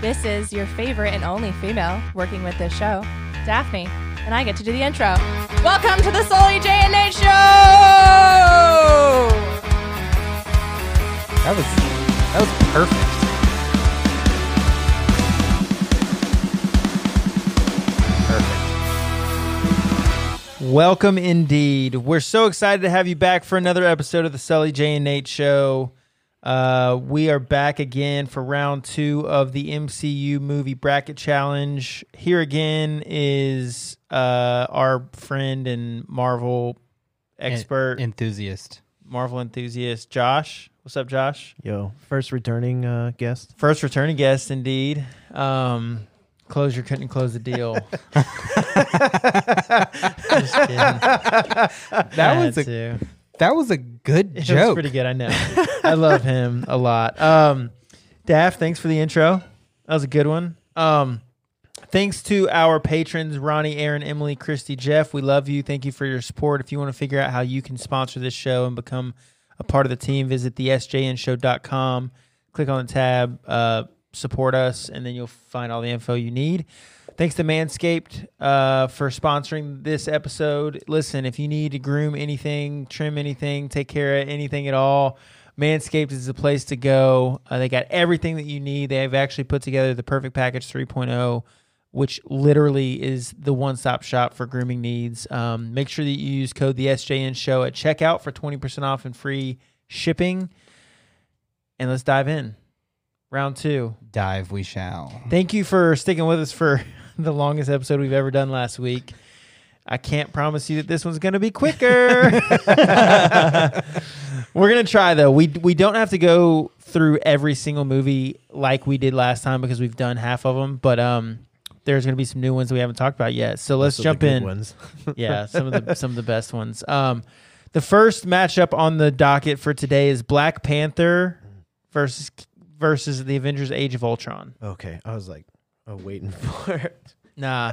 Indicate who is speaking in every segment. Speaker 1: This is your favorite and only female working with this show, Daphne, and I get to do the intro. Welcome to the Solely J and H Show.
Speaker 2: That was that was perfect. Perfect. Welcome indeed. We're so excited to have you back for another episode of the Sully J and Nate Show. Uh, we are back again for round two of the MCU movie bracket challenge. Here again is uh, our friend and Marvel expert,
Speaker 3: En- enthusiast.
Speaker 2: Marvel enthusiast, Josh. What's up, Josh?
Speaker 4: Yo, first returning uh, guest.
Speaker 2: First returning guest, indeed. Um, closure couldn't close the deal. Just kidding.
Speaker 3: That was
Speaker 2: Had
Speaker 3: a
Speaker 2: to.
Speaker 3: that was a good
Speaker 2: It was
Speaker 3: joke.
Speaker 2: pretty good. I know. I love him a lot. Um, Daff, thanks for the intro. That was a good one. Um, thanks to our patrons, Ronnie, Aaron, Emily, Christy, Jeff. We love you. Thank you for your support. If you want to figure out how you can sponsor this show and become a part of the team, visit the sjnshow.com. Click on the tab, uh, support us, and then you'll find all the info you need. Thanks to Manscaped uh, for sponsoring this episode. Listen, if you need to groom anything, trim anything, take care of anything at all, Manscaped is the place to go. Uh, they got everything that you need. They have actually put together the Perfect Package 3.0, which literally is the one stop shop for grooming needs. Um, make sure that you use code the SJN Show at checkout for 20% off and free shipping. And let's dive in. Round two.
Speaker 3: Dive we shall.
Speaker 2: Thank you for sticking with us for the longest episode we've ever done last week. I can't promise you that this one's going to be quicker. We're going to try though. We we don't have to go through every single movie like we did last time because we've done half of them, but um there's going to be some new ones we haven't talked about yet. So let's
Speaker 4: Those are the
Speaker 2: jump
Speaker 4: good
Speaker 2: in.
Speaker 4: Ones.
Speaker 2: yeah, some of the some of the best ones. Um, the first matchup on the docket for today is Black Panther versus versus the Avengers: Age of Ultron.
Speaker 4: Okay, I was like, oh, waiting for it.
Speaker 2: Nah,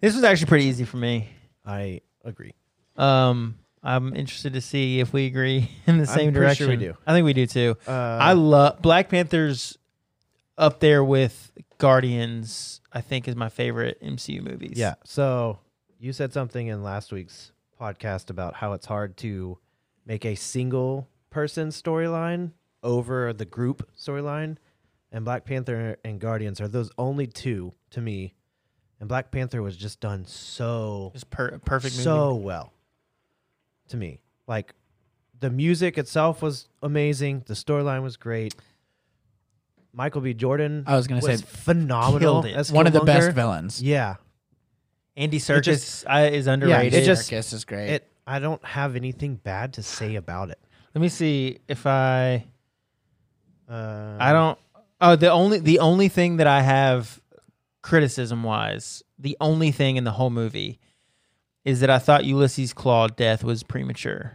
Speaker 2: this was actually pretty easy for me.
Speaker 4: I agree.
Speaker 2: Um, I'm interested to see if we agree in the same
Speaker 4: pretty sure
Speaker 2: direction.
Speaker 4: we do.
Speaker 2: I think we do too.
Speaker 4: Uh,
Speaker 2: I love Black Panther's up there with Guardians. I think is my favorite MCU movies.
Speaker 4: yeah. So you said something in last week's podcast about how it's hard to make a single person storyline over the group storyline, and Black Panther and Guardians are those only two to me. And Black Panther was just done so
Speaker 2: just per- perfect. Movie.
Speaker 4: so well to me. Like the music itself was amazing. The storyline was great. Michael B. Jordan.
Speaker 5: I was gonna say,
Speaker 4: phenomenal.
Speaker 2: killed it.
Speaker 4: as
Speaker 5: one of the best
Speaker 4: Killmonger.
Speaker 5: villains.
Speaker 4: Yeah,
Speaker 2: Andy Serkis
Speaker 4: just-
Speaker 2: uh, is underrated.
Speaker 4: it just-
Speaker 5: Circus is great.
Speaker 4: it. I don't have anything bad to say about it.
Speaker 2: Let me see if I.
Speaker 4: Uh,
Speaker 2: I don't. Oh, the only the only thing that I have criticism wise, the only thing in the whole movie is that I thought Ulysses Claw death was premature.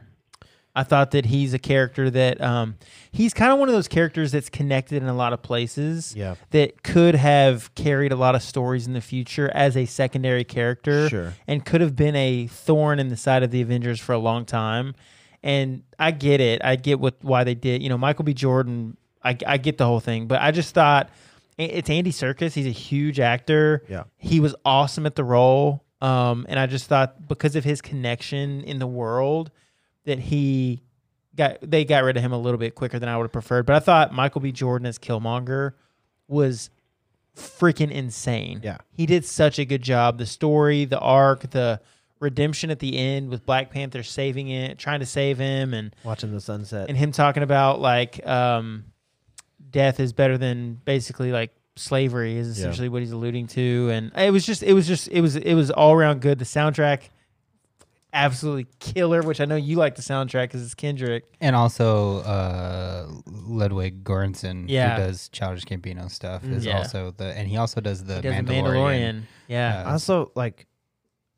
Speaker 2: I thought that he's a character that um, he's kind of one of those characters that's connected in a lot of places
Speaker 4: Yeah.
Speaker 2: that could have carried a lot of stories in the future as a secondary character
Speaker 4: Sure.
Speaker 2: and could have been a thorn in the side of the Avengers for a long time. And I get it. I get what why they did. You know, Michael B. Jordan. I, I get the whole thing, but I just thought it- it's Andy Serkis. He's a huge actor.
Speaker 4: Yeah.
Speaker 2: he was awesome at the role. Um, and I just thought because of his connection in the world that he got they got rid of him a little bit quicker than I would have preferred. But I thought Michael B. Jordan as Killmonger was freaking insane.
Speaker 4: Yeah.
Speaker 2: He did such a good job. The story, the arc, the redemption at the end with Black Panther saving it, trying to save him and
Speaker 4: Watching the sunset.
Speaker 2: and him talking about like um death is better than basically like slavery is essentially what he's alluding to and it was just it was just it was it was all around good. The soundtrack absolutely killer, which I know you like the soundtrack cuz it's Kendrick.
Speaker 3: And also uh Ludwig Göransson
Speaker 2: Yeah.
Speaker 3: who does Childish Gambino stuff is
Speaker 2: Yeah.
Speaker 3: also the and he also does the
Speaker 2: He does the
Speaker 3: Mandalorian.
Speaker 2: Mandalorian. Yeah.
Speaker 3: Uh,
Speaker 4: also, like,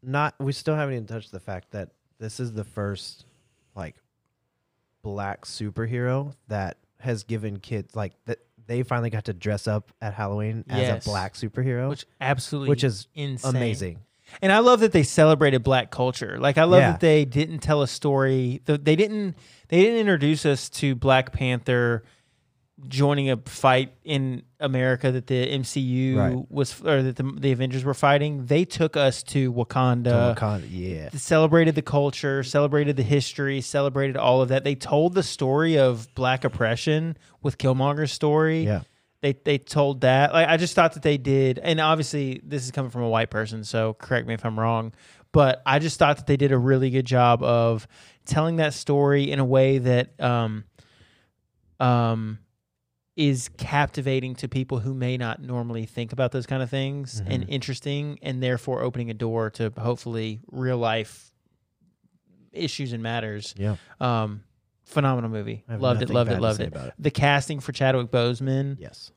Speaker 4: not we still haven't even touched the fact that this is the first like black superhero that has given kids like that they finally got to dress up at Halloween as
Speaker 2: Yes.
Speaker 4: a black superhero,
Speaker 2: Uh, which absolutely
Speaker 4: which is
Speaker 2: insane.
Speaker 4: amazing.
Speaker 2: And I love that they celebrated black culture. Like I love
Speaker 4: Yeah.
Speaker 2: that they didn't tell a story. th- They didn't they didn't introduce us to Black Panther joining a fight in America that the MCU
Speaker 3: Right.
Speaker 2: was or that the, the Avengers were fighting, they took us to Wakanda.
Speaker 4: Wakanda, yeah.
Speaker 2: Celebrated the culture, celebrated the history, celebrated all of that. They told the story of black oppression with Killmonger's story
Speaker 4: Yeah.
Speaker 2: they they told that. Like I just thought that they did, and obviously this is coming from a white person, so correct me if I'm wrong. But I just thought that they did a really good job of telling that story in a way that um, um, is captivating to people who may not normally think about those kind of things,
Speaker 4: Mm-hmm.
Speaker 2: and interesting, and therefore opening a door to hopefully real life issues and matters.
Speaker 4: Yeah.
Speaker 2: Um, phenomenal movie.
Speaker 4: I have
Speaker 2: Loved it.
Speaker 4: nothing
Speaker 2: Loved
Speaker 4: bad
Speaker 2: it.
Speaker 4: to
Speaker 2: Loved
Speaker 4: say
Speaker 2: it.
Speaker 4: about it.
Speaker 2: The casting for Chadwick Boseman
Speaker 4: Yes.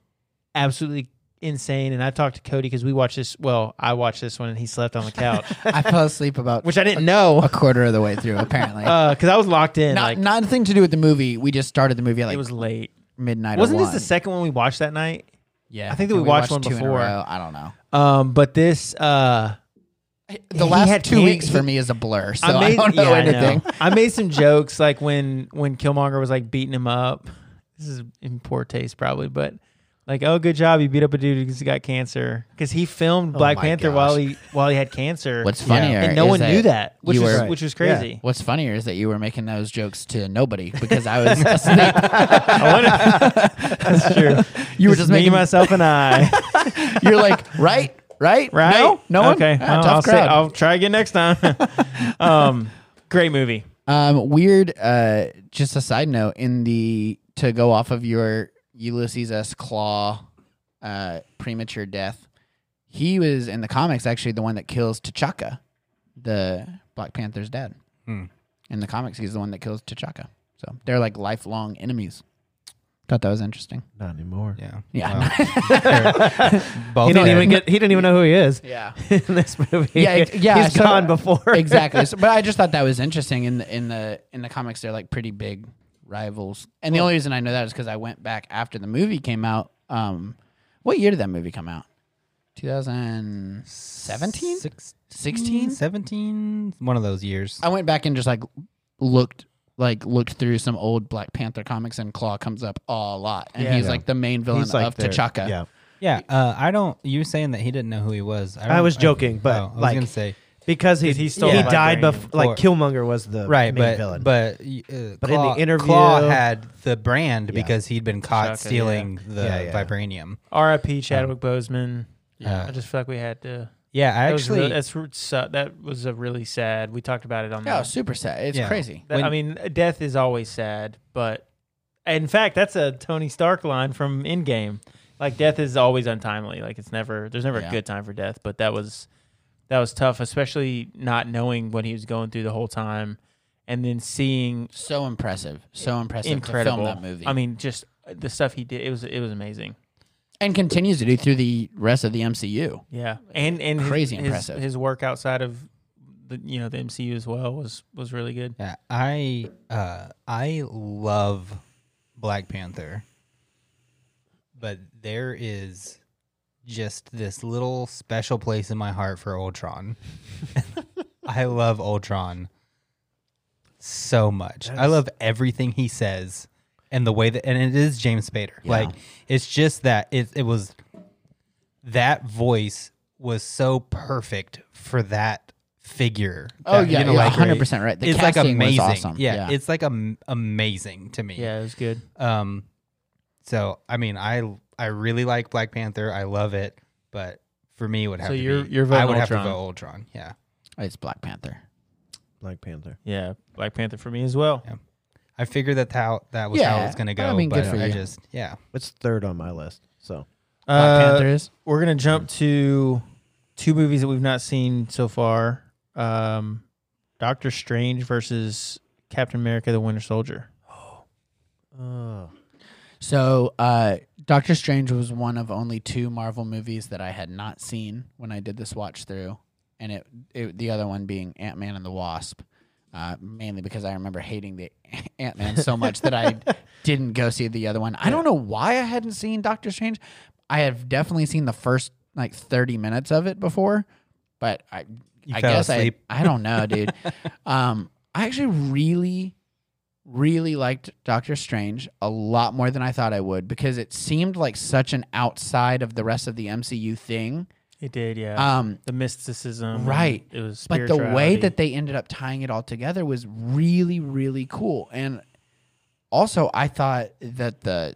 Speaker 2: absolutely insane. And I talked to Cody because we watched this. Well, I watched this one and he slept on the couch,
Speaker 5: I fell asleep about
Speaker 2: which I didn't know
Speaker 5: a quarter of the way through. Apparently,
Speaker 2: because I was locked in.
Speaker 5: not
Speaker 2: like
Speaker 5: not a thing to do with the movie. We just started the movie at like
Speaker 2: it was late.
Speaker 5: midnight. or
Speaker 2: Wasn't this the
Speaker 5: one.
Speaker 2: second one we watched that night?
Speaker 5: Yeah,
Speaker 2: I think that we
Speaker 5: we
Speaker 2: watched
Speaker 5: watched,
Speaker 2: one
Speaker 5: two in a
Speaker 2: before.
Speaker 5: row. I don't know.
Speaker 2: Um, but this uh,
Speaker 5: The
Speaker 2: He
Speaker 5: last
Speaker 2: had
Speaker 5: two
Speaker 2: can-
Speaker 5: weeks
Speaker 2: he-
Speaker 5: for me is a blur, so I, don't know
Speaker 2: yeah, I know.
Speaker 5: anything.
Speaker 2: I, made some jokes like when when Killmonger was like beating him up. This is in poor taste probably, but like, oh, good job, you beat up a dude who's got cancer because he filmed Black
Speaker 4: my
Speaker 2: Panther
Speaker 4: gosh.
Speaker 2: while he while he had cancer,
Speaker 5: Oh What's funnier,
Speaker 2: and no one
Speaker 5: is
Speaker 2: knew that, which
Speaker 5: you
Speaker 2: was
Speaker 5: were-
Speaker 2: which was
Speaker 4: Yeah.
Speaker 2: crazy.
Speaker 5: What's funnier is that you were making those jokes to nobody because I was asleep.
Speaker 2: I wanna- That's true. You were
Speaker 5: were
Speaker 2: just
Speaker 5: just
Speaker 2: me,
Speaker 5: making-
Speaker 2: myself, and I.
Speaker 5: You're like, right, right,
Speaker 2: Right?
Speaker 5: No, no one.
Speaker 2: Okay.
Speaker 5: Ah,
Speaker 2: well,
Speaker 5: tough
Speaker 2: I'll, say-
Speaker 5: crowd.
Speaker 2: I'll try again next time. um, great movie.
Speaker 5: Um, weird. Uh, just a side note in the to go off of your Ulysses S. Claw, uh, premature death. He was in the comics actually the one that kills T'Chaka, the Black Panther's dad.
Speaker 3: Hmm.
Speaker 5: In the comics, he's the one that kills T'Chaka. So they're like lifelong enemies. Thought that was interesting.
Speaker 4: Not anymore.
Speaker 3: Yeah.
Speaker 5: Yeah.
Speaker 3: Well, both
Speaker 4: He didn't
Speaker 3: dead.
Speaker 4: even get. He didn't even know who he is
Speaker 5: Yeah.
Speaker 4: in this movie.
Speaker 5: Yeah, ex- yeah,
Speaker 4: He's
Speaker 5: so-
Speaker 4: gone before.
Speaker 5: exactly. So- but I just thought that was interesting. In the in the in the comics, they're like pretty big rivals. And the only reason I know that is because I went back after the movie came out. Um, what year did that movie come out? 2017,
Speaker 3: Six-
Speaker 5: 16.
Speaker 3: 17 one of those years
Speaker 5: I went back and just like looked like looked through some old Black Panther comics, and Claw comes up a lot, and
Speaker 2: Yeah.
Speaker 5: he's
Speaker 2: Yeah.
Speaker 5: like the main villain
Speaker 4: He's like
Speaker 5: of
Speaker 4: their-
Speaker 5: T'Chaka.
Speaker 4: Yeah.
Speaker 3: yeah uh, i don't you saying that he didn't know who he was
Speaker 4: I
Speaker 3: don't-
Speaker 4: was joking, but,
Speaker 3: I was
Speaker 4: like-
Speaker 3: gonna say
Speaker 4: Because he
Speaker 2: Dude, he
Speaker 4: he,
Speaker 2: stole
Speaker 4: he
Speaker 2: my
Speaker 4: died
Speaker 2: brain.
Speaker 4: before. Like Killmonger was the
Speaker 3: right
Speaker 4: main
Speaker 3: but
Speaker 4: villain.
Speaker 3: but y- uh,
Speaker 4: But in the
Speaker 3: Claw-
Speaker 4: interview-
Speaker 3: Claw had the brand
Speaker 4: Yeah.
Speaker 3: because he'd been caught
Speaker 2: Shaka,
Speaker 3: stealing the
Speaker 4: Yeah, yeah.
Speaker 3: vibranium
Speaker 2: R.I.P. Chadwick Boseman.
Speaker 3: Yeah.
Speaker 2: I just feel like we had to.
Speaker 3: yeah i
Speaker 2: That was
Speaker 3: actually
Speaker 2: really- that's re- su- that was a really sad. We talked about it on
Speaker 5: Oh,
Speaker 2: the.
Speaker 5: super sad. It's
Speaker 3: Yeah.
Speaker 5: crazy.
Speaker 2: that- I mean, death is always sad, but in fact, that's a Tony Stark line from Endgame. Like death is always untimely. Like it's never there's never a
Speaker 5: Yeah.
Speaker 2: good time for death. But that was that was tough, especially not knowing what he was going through the whole time, and then seeing
Speaker 5: So impressive. So impressive
Speaker 2: incredible.
Speaker 5: to film that movie.
Speaker 2: I mean, just the stuff he did. It was it was amazing.
Speaker 5: and continues to do through the rest of the MCU.
Speaker 2: Yeah, and and his-
Speaker 5: Crazy
Speaker 2: his,
Speaker 5: impressive.
Speaker 2: His work outside of the you know the MCU as well was was really good.
Speaker 3: yeah, i uh i love black panther but there is just this little special place in my heart for ultron i love ultron so much i love everything he says and the way that and it is james spader like it's just that it, it was that voice was so perfect for that figure
Speaker 5: Oh,
Speaker 3: that,
Speaker 5: yeah, you're 100% right. The casting was
Speaker 3: amazing
Speaker 5: awesome.
Speaker 3: yeah,
Speaker 5: Yeah.
Speaker 3: it's like am- amazing to me
Speaker 2: Yeah, it was good.
Speaker 3: um so i mean i i really like black panther i love it but for me it would have
Speaker 2: So
Speaker 3: to
Speaker 2: you're-
Speaker 3: be
Speaker 2: you're
Speaker 3: i
Speaker 2: voting
Speaker 3: would have to
Speaker 2: Ultron.
Speaker 3: vote ultron yeah
Speaker 5: It's Black Panther.
Speaker 4: Black Panther.
Speaker 2: Yeah, Black Panther for me as well.
Speaker 3: i figured that how that was how
Speaker 5: Yeah,
Speaker 3: it's gonna
Speaker 5: I
Speaker 3: go
Speaker 5: mean,
Speaker 3: but
Speaker 5: good for
Speaker 3: i
Speaker 5: you.
Speaker 3: just yeah
Speaker 4: It's third on my list. So
Speaker 5: Black
Speaker 2: Uh,
Speaker 5: Panther is.
Speaker 2: We're gonna jump to two movies that we've not seen so far. Um, Doctor Strange versus Captain America: The Winter Soldier.
Speaker 5: So, uh, Doctor Strange was one of only two Marvel movies that I had not seen when I did this watch through, and it, it the other one being Ant Man and the Wasp, uh, mainly because I remember hating the Ant Man so much that I didn't go see the other one. I don't know why I hadn't seen Doctor Strange. I have definitely seen the first like thirty minutes of it before, but I
Speaker 3: You
Speaker 5: I
Speaker 3: fell
Speaker 5: guess
Speaker 3: asleep.
Speaker 5: I I don't know, dude. um, I actually really really liked Doctor Strange a lot more than I thought I would because it seemed like such an outside of the rest of the MCU thing.
Speaker 2: It did, yeah.
Speaker 5: Um,
Speaker 2: the mysticism,
Speaker 5: Right.
Speaker 2: It was,
Speaker 5: but the way
Speaker 2: spirituality.
Speaker 5: that they ended up tying it all together was really, really cool. And also, I thought that the,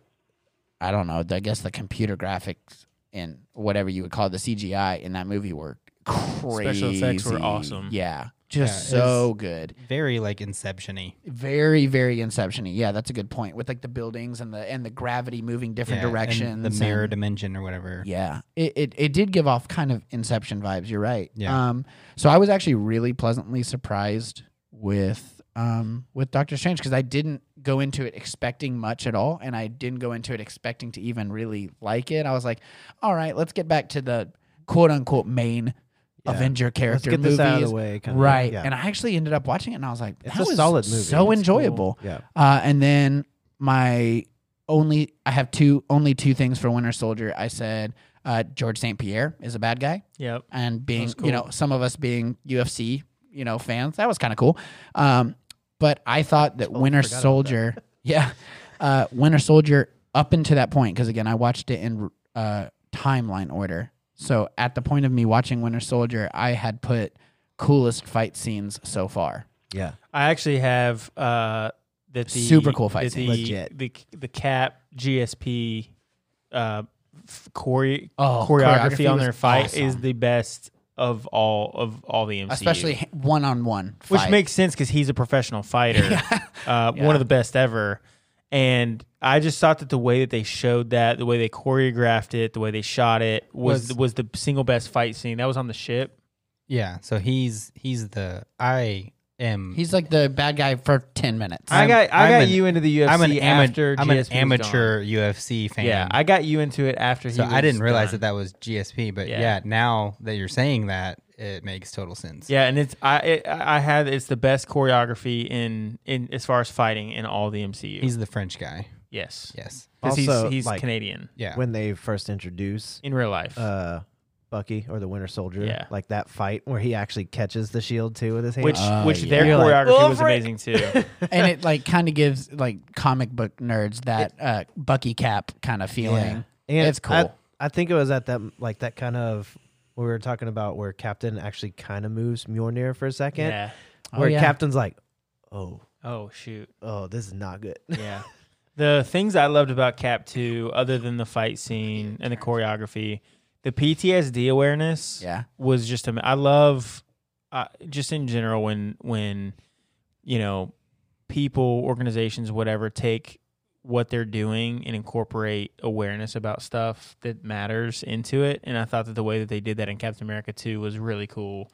Speaker 5: I don't know, the, I guess the computer graphics and whatever you would call it, the CGI in that movie were crazy.
Speaker 2: Special effects were awesome.
Speaker 5: Yeah, just
Speaker 3: Yeah, it
Speaker 5: so
Speaker 3: was-
Speaker 5: good.
Speaker 3: Very like inception-y.
Speaker 5: Very, very inception-y. Yeah, that's a good point. With like the buildings and the and the gravity moving different
Speaker 3: Yeah, and
Speaker 5: directions.
Speaker 3: The mirror
Speaker 5: and-
Speaker 3: dimension or whatever.
Speaker 5: yeah, it, it it did give off kind of Inception vibes. You're right.
Speaker 3: Yeah.
Speaker 5: Um, so I was actually really pleasantly surprised with um with Doctor Strange because I didn't go into it expecting much at all, and I didn't go into it expecting to even really like it. I was like, all right, let's get back to the quote unquote main Avenger
Speaker 4: Let's
Speaker 5: character
Speaker 4: get this
Speaker 5: movies.
Speaker 4: out of the way. kinda.
Speaker 5: Right,
Speaker 4: Yeah.
Speaker 5: and I actually ended up watching it, and I was like,
Speaker 4: It's
Speaker 5: "That
Speaker 4: a
Speaker 5: was
Speaker 4: solid movie. It's
Speaker 5: so
Speaker 4: cool.
Speaker 5: enjoyable."
Speaker 4: yeah.
Speaker 5: Uh, and then my only, I have two, only two things for Winter Soldier. I said uh, George St. Pierre is a bad guy,
Speaker 2: Yep.
Speaker 5: and being,
Speaker 2: That's cool.
Speaker 5: you know, some of us being UFC, you know, fans, that was kind of cool. Um, but I thought that Winter
Speaker 4: forgot about
Speaker 5: Soldier, yeah, uh, Winter Soldier up until that point, because again, I watched it in uh, timeline order. So at the point of me watching Winter Soldier, I had put coolest fight scenes so far.
Speaker 4: Yeah.
Speaker 2: I actually have uh, that the
Speaker 5: Super cool fight
Speaker 2: that
Speaker 5: scene.
Speaker 2: the,
Speaker 4: Legit.
Speaker 2: The the cap GSP uh, f- chore-
Speaker 5: Oh,
Speaker 2: choreography, on
Speaker 5: was
Speaker 2: their fight is
Speaker 5: awesome.
Speaker 2: the best of all of all the MCU,
Speaker 5: especially one on one.
Speaker 2: which makes sense because he's a professional fighter, uh, one of the best ever. And I just thought that the way that they showed that, the way they choreographed it, the way they shot it was was,
Speaker 3: Was-
Speaker 2: the single best fight scene. That was on the ship.
Speaker 3: Yeah. So he's he's the I am
Speaker 5: he's like the bad guy for ten minutes.
Speaker 2: I
Speaker 3: I'm-
Speaker 2: got I
Speaker 3: I'm
Speaker 2: got
Speaker 3: an-
Speaker 2: you into the UFC
Speaker 3: I'm an, ama-
Speaker 2: after
Speaker 3: I'm an
Speaker 2: GSP was
Speaker 3: amateur UFC
Speaker 2: gone.
Speaker 3: fan.
Speaker 2: Yeah, I got you into it after he.
Speaker 3: so I
Speaker 2: was
Speaker 3: didn't realize
Speaker 2: done.
Speaker 3: that that was GSP, but
Speaker 2: Yeah.
Speaker 3: yeah. now that you're saying that, it makes total sense.
Speaker 2: Yeah, and it's I it, I I had it's the best choreography in in as far as fighting in all the MCU.
Speaker 3: He's the French guy.
Speaker 2: yes,
Speaker 3: Yes.
Speaker 2: 'Cause
Speaker 4: Also,
Speaker 2: he's, he's
Speaker 4: like-
Speaker 2: Canadian
Speaker 3: Yeah.
Speaker 4: When they first introduce
Speaker 2: in real life.
Speaker 4: uh, Bucky or the Winter Soldier,
Speaker 2: Yeah.
Speaker 4: like that fight where he actually catches the shield too with his hand.
Speaker 2: which
Speaker 5: Uh,
Speaker 2: which
Speaker 5: yeah.
Speaker 2: their
Speaker 5: You're like,
Speaker 2: choreography
Speaker 4: "Oh,
Speaker 2: was
Speaker 4: frick."
Speaker 2: amazing too.
Speaker 5: and it like kind of gives like comic book nerds that uh, Bucky Cap kind of feeling.
Speaker 4: and
Speaker 5: it's
Speaker 4: I,
Speaker 5: cool.
Speaker 4: I think it was at that like that kind of what we were talking about where Captain actually kind of moves Mjolnir for a second,
Speaker 2: yeah.
Speaker 5: Oh,
Speaker 4: where
Speaker 5: yeah.
Speaker 4: Captain's like, "Oh,
Speaker 2: Oh shoot.
Speaker 4: oh, this is not good."
Speaker 2: Yeah. the things I loved about Cap Two, other than the fight scene and the choreography, the PTSD awareness.
Speaker 5: Yeah,
Speaker 2: was just am- I love uh, just in general when when you know people organizations whatever take what they're doing and incorporate awareness about stuff that matters into it and I thought that the way that they did that in Captain America 2 was really cool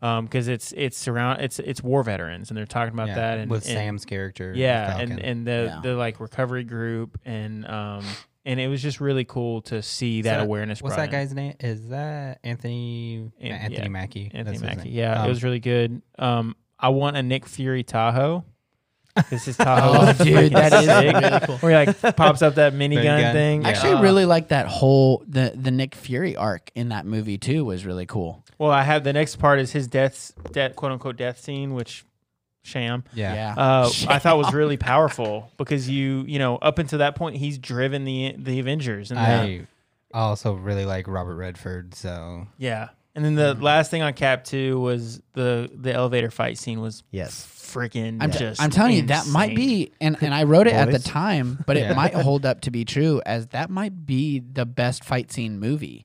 Speaker 2: because it's it's surround it's it's war veterans and they're talking about
Speaker 3: Yeah,
Speaker 2: that and
Speaker 3: with
Speaker 2: and-
Speaker 3: Sam's character.
Speaker 2: yeah
Speaker 3: Falcon.
Speaker 2: and and the
Speaker 5: Yeah.
Speaker 2: the like recovery group and um and it was just really cool to see that,
Speaker 3: that-
Speaker 2: awareness
Speaker 3: what's
Speaker 2: brought
Speaker 3: that
Speaker 2: in.
Speaker 3: guy's name? Is that Anthony
Speaker 2: An-
Speaker 3: Anthony
Speaker 2: yeah.
Speaker 3: Mackie?
Speaker 2: Anthony
Speaker 3: That's his
Speaker 2: Mackie.
Speaker 3: name.
Speaker 2: Yeah,
Speaker 3: Um,
Speaker 2: it was really good. Um, I want a Nick Fury Tahoe. This is Tahoe.
Speaker 5: Oh,
Speaker 2: looks fucking
Speaker 5: dude, that is
Speaker 2: sick.
Speaker 5: really cool.
Speaker 2: Where he like pops up that minigun
Speaker 3: Minigun.
Speaker 2: thing.
Speaker 5: I
Speaker 3: Yeah.
Speaker 5: actually
Speaker 2: Uh,
Speaker 5: really like that whole the the Nick Fury arc in that movie too was really cool.
Speaker 2: Well, I have the next part is his death, death quote unquote death scene, which sham.
Speaker 3: yeah.
Speaker 5: Yeah,
Speaker 2: Uh,
Speaker 5: Shit.
Speaker 2: I thought was really powerful because you you know up until that point he's driven the the Avengers and then-
Speaker 3: I also really like Robert Redford, so
Speaker 2: yeah. And then
Speaker 5: Mm-hmm.
Speaker 2: the last thing on Cap Two was the the elevator fight scene was
Speaker 4: Yes.
Speaker 2: freaking.
Speaker 5: I'm, t-
Speaker 2: just
Speaker 5: I'm telling you that might
Speaker 2: insane.
Speaker 5: be and and I wrote it at the
Speaker 4: Boys.
Speaker 5: time, but
Speaker 3: Yeah.
Speaker 5: it might hold up to be true as that might be the best fight scene movie.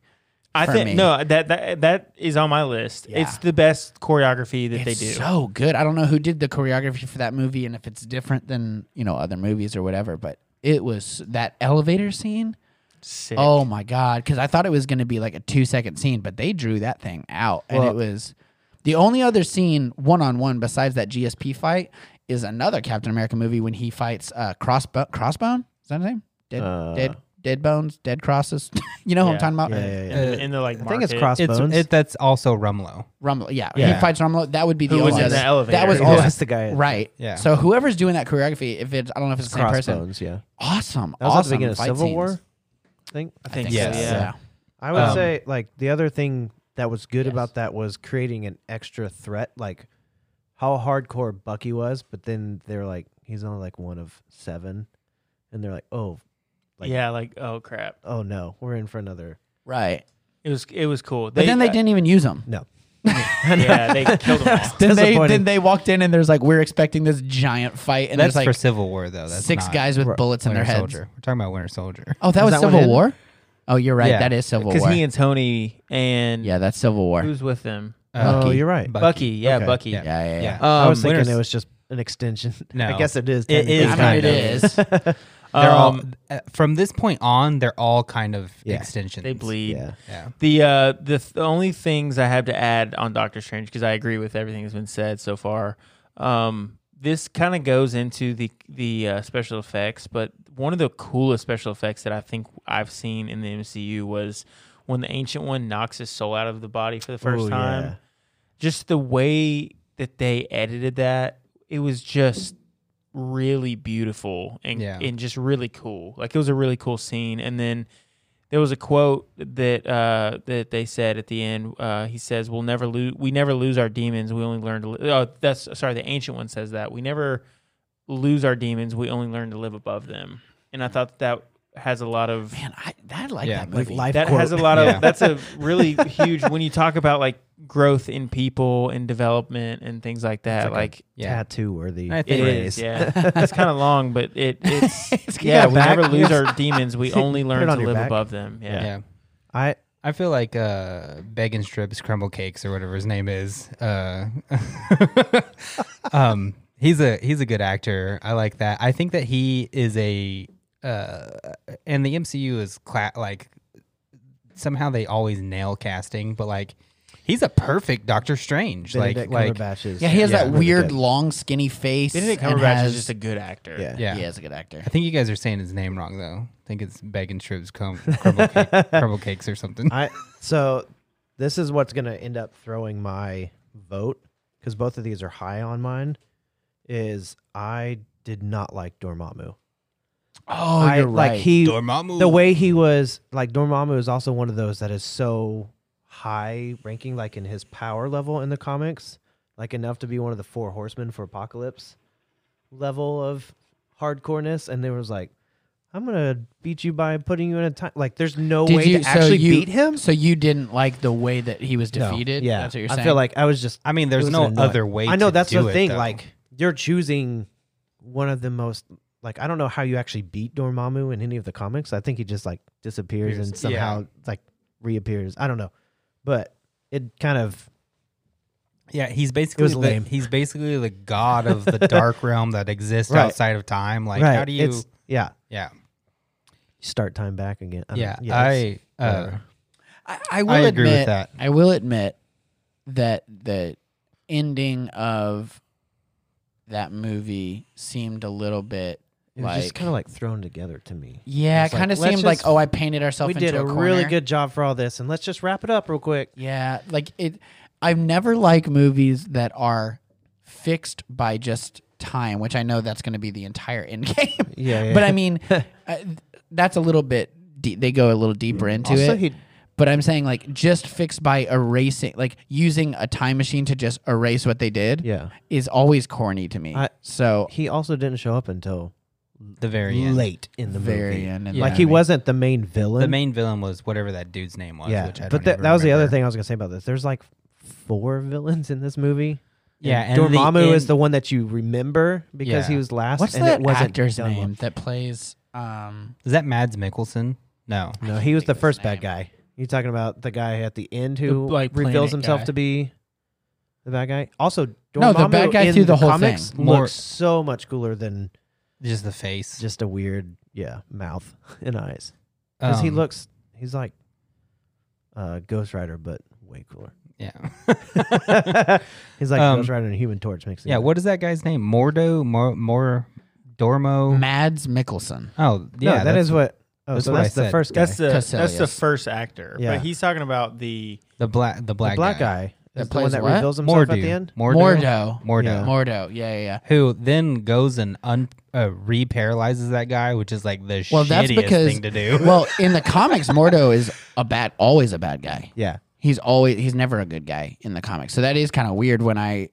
Speaker 2: I
Speaker 5: for
Speaker 2: think
Speaker 5: me.
Speaker 2: no, that that that is on my list.
Speaker 5: Yeah.
Speaker 2: It's the best choreography that
Speaker 5: It's
Speaker 2: they do.
Speaker 5: so good. I don't know who did the choreography for that movie and if it's different than you know other movies or whatever, but it was that elevator scene.
Speaker 2: Sick.
Speaker 5: Oh my god! Because I thought it was going to be like a two second scene, but they drew that thing out, and it was the only other scene one on one besides that GSP fight is another Captain America movie when he fights uh, Crossbone. Crossbone is that his name? Dead,
Speaker 4: Uh,
Speaker 5: dead, dead bones, dead crosses. you know who
Speaker 2: Yeah,
Speaker 5: I'm talking about?
Speaker 4: Yeah, yeah,
Speaker 2: in,
Speaker 4: yeah.
Speaker 2: the, in the like,
Speaker 4: I think it's
Speaker 2: market.
Speaker 3: it's
Speaker 4: crossbones.
Speaker 3: it, that's also Rumlow.
Speaker 5: Rumble. Yeah,
Speaker 3: Yeah.
Speaker 5: he fights Rumble. That would be the
Speaker 2: Who was
Speaker 5: only
Speaker 2: in the
Speaker 5: other-
Speaker 2: elevator.
Speaker 5: That was
Speaker 2: Yeah.
Speaker 5: all.
Speaker 4: that's the guy.
Speaker 5: Right.
Speaker 3: Yeah.
Speaker 5: So whoever's doing that choreography, if it's I don't know if it's the same person.
Speaker 4: Crossbones. Yeah.
Speaker 5: Awesome.
Speaker 4: That was at
Speaker 5: awesome
Speaker 4: the beginning of
Speaker 5: fight
Speaker 4: Civil
Speaker 5: scenes.
Speaker 4: War. I think.
Speaker 5: I think
Speaker 2: Yes.
Speaker 5: so.
Speaker 2: Yeah.
Speaker 5: Yeah.
Speaker 4: I would
Speaker 3: Um,
Speaker 4: say like the other thing that was good
Speaker 5: Yes.
Speaker 4: about that was creating an extra threat, like how hardcore Bucky was, but then they're like he He's only like one of seven, and they're like, "Oh, Like-
Speaker 2: yeah, like oh crap,
Speaker 4: oh no, we're in for another."
Speaker 5: Right.
Speaker 2: it was it was cool.
Speaker 5: But then they didn't even use them.
Speaker 4: No,
Speaker 2: Yeah, they killed them. All.
Speaker 5: Then they,
Speaker 4: disappointing.
Speaker 5: then they walked in and there's like, we're expecting this giant fight. And
Speaker 3: That's
Speaker 5: there's
Speaker 3: for
Speaker 5: like
Speaker 3: Civil War though. That's
Speaker 5: six
Speaker 3: not
Speaker 5: guys with
Speaker 4: Right.
Speaker 5: bullets in
Speaker 3: Winter
Speaker 5: their heads.
Speaker 3: Soldier. We're talking about Winter Soldier.
Speaker 5: Oh, that was,
Speaker 4: that one
Speaker 5: Civil
Speaker 4: in?
Speaker 5: War? Oh, you're right.
Speaker 3: Yeah.
Speaker 5: That is Civil
Speaker 2: Because
Speaker 5: War.
Speaker 2: he and Tony and
Speaker 5: yeah, that's Civil War.
Speaker 2: who's with them?
Speaker 4: oh,
Speaker 5: Bucky.
Speaker 4: you're right.
Speaker 2: Bucky, yeah,
Speaker 4: Okay.
Speaker 2: Bucky.
Speaker 5: yeah, yeah, yeah.
Speaker 3: Yeah.
Speaker 2: Um,
Speaker 4: I was
Speaker 2: Winter
Speaker 4: thinking
Speaker 2: S-
Speaker 4: it was just an extension. I
Speaker 3: No.
Speaker 4: guess it is.
Speaker 2: It is
Speaker 4: technically.
Speaker 5: I mean,
Speaker 2: kind
Speaker 5: it
Speaker 2: of.
Speaker 5: is.
Speaker 3: They're all,
Speaker 2: um,
Speaker 3: uh, from this point on, they're all kind of
Speaker 4: Yeah.
Speaker 3: extensions.
Speaker 2: they bleed.
Speaker 4: Yeah.
Speaker 3: Yeah.
Speaker 2: The uh, the, th- the only things I have to add on Doctor Strange because I agree with everything that's been said so far. Um, this kind of goes into the the uh, special effects, but one of the coolest special effects that I think I've seen in the MCU was when the Ancient One knocks his soul out of the body for the first
Speaker 4: Ooh,
Speaker 2: time.
Speaker 4: yeah.
Speaker 2: Just the way that they edited that, it was just really beautiful and
Speaker 3: Yeah.
Speaker 2: and just really cool. Like it was a really cool scene, and then there was a quote that uh, that they said at the end. Uh, he says, "We'll never lose. We never lose our demons. We only learn to. Li- oh, that's sorry. The ancient one says that we never lose our demons. We only learn to live above them." And I thought that has a lot of
Speaker 5: Man, I, I like
Speaker 3: Yeah,
Speaker 5: that
Speaker 3: like
Speaker 5: movie.
Speaker 2: that has a lot
Speaker 3: Yeah.
Speaker 2: of that's a really huge when you talk about like growth in people and development and things like that.
Speaker 4: It's
Speaker 2: like
Speaker 3: Yeah.
Speaker 4: Tattoo worthy.
Speaker 3: I
Speaker 2: it
Speaker 3: think
Speaker 2: is,
Speaker 4: phrase.
Speaker 2: yeah. it's kind of long, but it it's,
Speaker 5: It's got
Speaker 2: yeah.
Speaker 5: a
Speaker 2: We
Speaker 5: back-
Speaker 2: never lose our demons. We only
Speaker 4: it
Speaker 2: learn to
Speaker 4: on your
Speaker 2: live
Speaker 4: back.
Speaker 2: above them. Yeah.
Speaker 3: Yeah.
Speaker 4: I
Speaker 3: I feel like uh, Beggin Strips Crumble Cakes or whatever his name is. Uh, um, he's a he's a good actor. I like that. I think that he is a uh, and the MCU is cla- like somehow they always nail casting, but like he's a perfect Doctor Strange.
Speaker 4: Benedict
Speaker 3: like like
Speaker 4: Cumberbatch is.
Speaker 5: yeah, he has that
Speaker 4: really
Speaker 5: weird,
Speaker 4: good.
Speaker 5: long, skinny face.
Speaker 2: Benedict
Speaker 5: and
Speaker 2: Cumberbatch
Speaker 5: has-
Speaker 2: is just a good actor.
Speaker 4: Yeah.
Speaker 3: yeah.
Speaker 5: He is a good actor.
Speaker 3: I think you guys are saying his name wrong though. I think it's Beggin Strips Cum- Crumble, Cake, Crumble Cakes or something.
Speaker 4: I so this is what's gonna end up throwing my vote because both of these are high on mine. Is I did not like Dormammu.
Speaker 5: Oh,
Speaker 4: I,
Speaker 5: you're right.
Speaker 4: Like he,
Speaker 3: Dormammu.
Speaker 4: the way he was like Dormammu is also one of those that is so high ranking, like in his power level in the comics, like enough to be one of the four horsemen for Apocalypse level of hardcoreness. And there was like, I'm gonna beat you by putting you in a time. Like, there's no way to actually
Speaker 5: you,
Speaker 4: beat him.
Speaker 5: So you didn't like the way that he was
Speaker 4: No.
Speaker 5: defeated?
Speaker 4: Yeah,
Speaker 5: That's what you're
Speaker 4: I
Speaker 5: saying.
Speaker 4: feel like I was just.
Speaker 3: I mean, there's
Speaker 4: it was
Speaker 3: no
Speaker 4: annoying.
Speaker 3: other way.
Speaker 4: I know
Speaker 3: to
Speaker 4: that's
Speaker 3: do
Speaker 4: the
Speaker 3: it,
Speaker 4: thing.
Speaker 3: though.
Speaker 4: Like, you're choosing one of the most. Like I don't know how you actually beat Dormammu in any of the comics. I think he just like disappears and
Speaker 3: Appears. Yeah.
Speaker 4: somehow like reappears. I don't know, but it kind of
Speaker 3: Yeah, he's basically
Speaker 4: was
Speaker 3: the,
Speaker 4: lame.
Speaker 3: he's basically the god of the dark realm that exists
Speaker 4: Right.
Speaker 3: outside of time. Like,
Speaker 4: right,
Speaker 3: how do you?
Speaker 4: it's- yeah
Speaker 3: yeah,
Speaker 4: start time back again? I don't-
Speaker 3: yeah.
Speaker 4: it's-
Speaker 3: I uh,
Speaker 4: whatever.
Speaker 5: I, I will
Speaker 3: I
Speaker 5: admit,
Speaker 3: agree with that.
Speaker 5: I will admit that the ending of that movie seemed a little bit
Speaker 4: it was
Speaker 5: like-
Speaker 4: just kind of like thrown together to me.
Speaker 5: yeah,
Speaker 4: It's
Speaker 5: it
Speaker 4: like,
Speaker 5: kind of
Speaker 4: let's
Speaker 5: seemed like
Speaker 4: just-
Speaker 5: oh, I painted ourselves.
Speaker 4: We
Speaker 5: into
Speaker 4: did a,
Speaker 5: corner.
Speaker 4: really good job for all this, and let's just wrap it up real quick.
Speaker 5: Yeah, like it. I've never liked movies that are fixed by just time, which I know that's going to be the entire end game.
Speaker 4: Yeah, yeah.
Speaker 5: but I mean, uh, that's a little bit. De- they go a little deeper into
Speaker 4: Mm, Also,
Speaker 5: it.
Speaker 4: he-
Speaker 5: but I'm saying like just fixed by erasing, like using a time machine to just erase what they did.
Speaker 4: Yeah.
Speaker 5: is always corny to me.
Speaker 4: I-
Speaker 5: so
Speaker 4: He also didn't show up until
Speaker 3: the very end.
Speaker 4: late in the
Speaker 5: very
Speaker 4: movie.
Speaker 5: end. And
Speaker 3: Yeah.
Speaker 4: Like he wasn't the main villain.
Speaker 3: The main villain was whatever that dude's name was.
Speaker 4: yeah,
Speaker 3: which I
Speaker 4: but
Speaker 3: don't
Speaker 4: that
Speaker 3: even
Speaker 4: that was the other
Speaker 3: remember.
Speaker 4: thing I was gonna say about this. There's like four villains in this movie.
Speaker 3: Yeah,
Speaker 4: and
Speaker 3: and the
Speaker 4: Dormammu is
Speaker 3: end-
Speaker 4: the one that you remember because
Speaker 3: Yeah.
Speaker 4: he was last.
Speaker 5: what's
Speaker 4: and
Speaker 5: that
Speaker 4: it wasn't
Speaker 5: actor's
Speaker 4: done
Speaker 5: name
Speaker 4: well.
Speaker 5: that plays? Um,
Speaker 3: Is that Mads Mikkelsen? No,
Speaker 4: No, he was
Speaker 5: think
Speaker 4: the
Speaker 5: of his
Speaker 4: first bad
Speaker 5: name.
Speaker 4: guy. You talking about the guy at the end who
Speaker 5: The, like, planet
Speaker 4: reveals himself
Speaker 5: guy.
Speaker 4: to be the bad guy? Also, Dormammu
Speaker 5: No, the bad guy
Speaker 4: in
Speaker 5: through the whole
Speaker 4: comics
Speaker 5: thing.
Speaker 3: More-
Speaker 4: looks so much cooler than
Speaker 3: just the face.
Speaker 4: just a weird, yeah, mouth and eyes. Because he
Speaker 3: Um,
Speaker 4: looks, he's like uh, Ghost Rider, but way cooler.
Speaker 3: Yeah,
Speaker 4: he's like
Speaker 3: Um,
Speaker 4: Ghost Rider and Human Torch mixed
Speaker 3: yeah.
Speaker 4: together.
Speaker 3: What is that guy's name? Mordo, Mor, Mor Dormo.
Speaker 5: Mads Mikkelsen.
Speaker 3: oh,
Speaker 4: No,
Speaker 3: yeah.
Speaker 4: that
Speaker 3: that's
Speaker 4: is what. Oh,
Speaker 3: that's
Speaker 4: so
Speaker 3: what I
Speaker 4: that's the
Speaker 3: said.
Speaker 4: first guy.
Speaker 2: That's the that's the
Speaker 5: Cassilius.
Speaker 2: first actor.
Speaker 4: Yeah.
Speaker 2: But he's talking about the
Speaker 3: the black. The black.
Speaker 4: the black guy.
Speaker 5: That
Speaker 4: is the one
Speaker 5: plays
Speaker 4: that
Speaker 5: what?
Speaker 4: reveals himself at the end.
Speaker 3: Mordo. Mordo.
Speaker 5: Mordo.
Speaker 3: Mordo.
Speaker 4: Yeah.
Speaker 5: Mordo. Yeah, yeah, yeah.
Speaker 3: who then goes and un- uh, re-paralyzes that guy, which is like the
Speaker 5: Well,
Speaker 3: shittiest
Speaker 5: that's because
Speaker 3: thing to do.
Speaker 5: well, in the comics, Mordo is a bad, always a bad guy.
Speaker 4: Yeah.
Speaker 5: He's always he's never a good guy in the comics. So that is kind of weird when I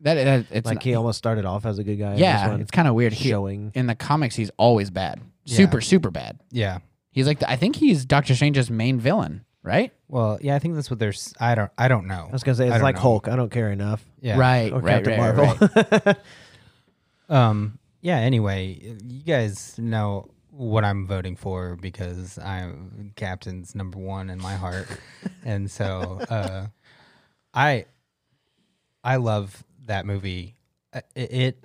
Speaker 5: That, that it's
Speaker 4: like
Speaker 5: an-
Speaker 4: he almost started off as a good guy. in this
Speaker 5: yeah,
Speaker 4: one,
Speaker 5: it's kind of weird. He,
Speaker 4: showing.
Speaker 5: in the comics, he's always bad,
Speaker 3: Yeah.
Speaker 5: super super bad.
Speaker 3: Yeah.
Speaker 5: He's like the, I think he's Doctor Strange's main villain, right?
Speaker 3: Well, yeah, I think that's what they're. s- I don't. I don't know.
Speaker 4: I was gonna say
Speaker 3: I
Speaker 4: it's
Speaker 3: don't
Speaker 4: like
Speaker 3: know.
Speaker 4: Hulk. I don't care enough.
Speaker 3: Yeah.
Speaker 5: Right,
Speaker 4: Or
Speaker 5: right,
Speaker 4: Captain
Speaker 5: right, right,
Speaker 4: Marvel.
Speaker 5: right.
Speaker 3: Um. Yeah. Anyway, you guys know what I'm voting for because I'm captain's number one in my heart, and so uh, I I love that movie. Uh, It, it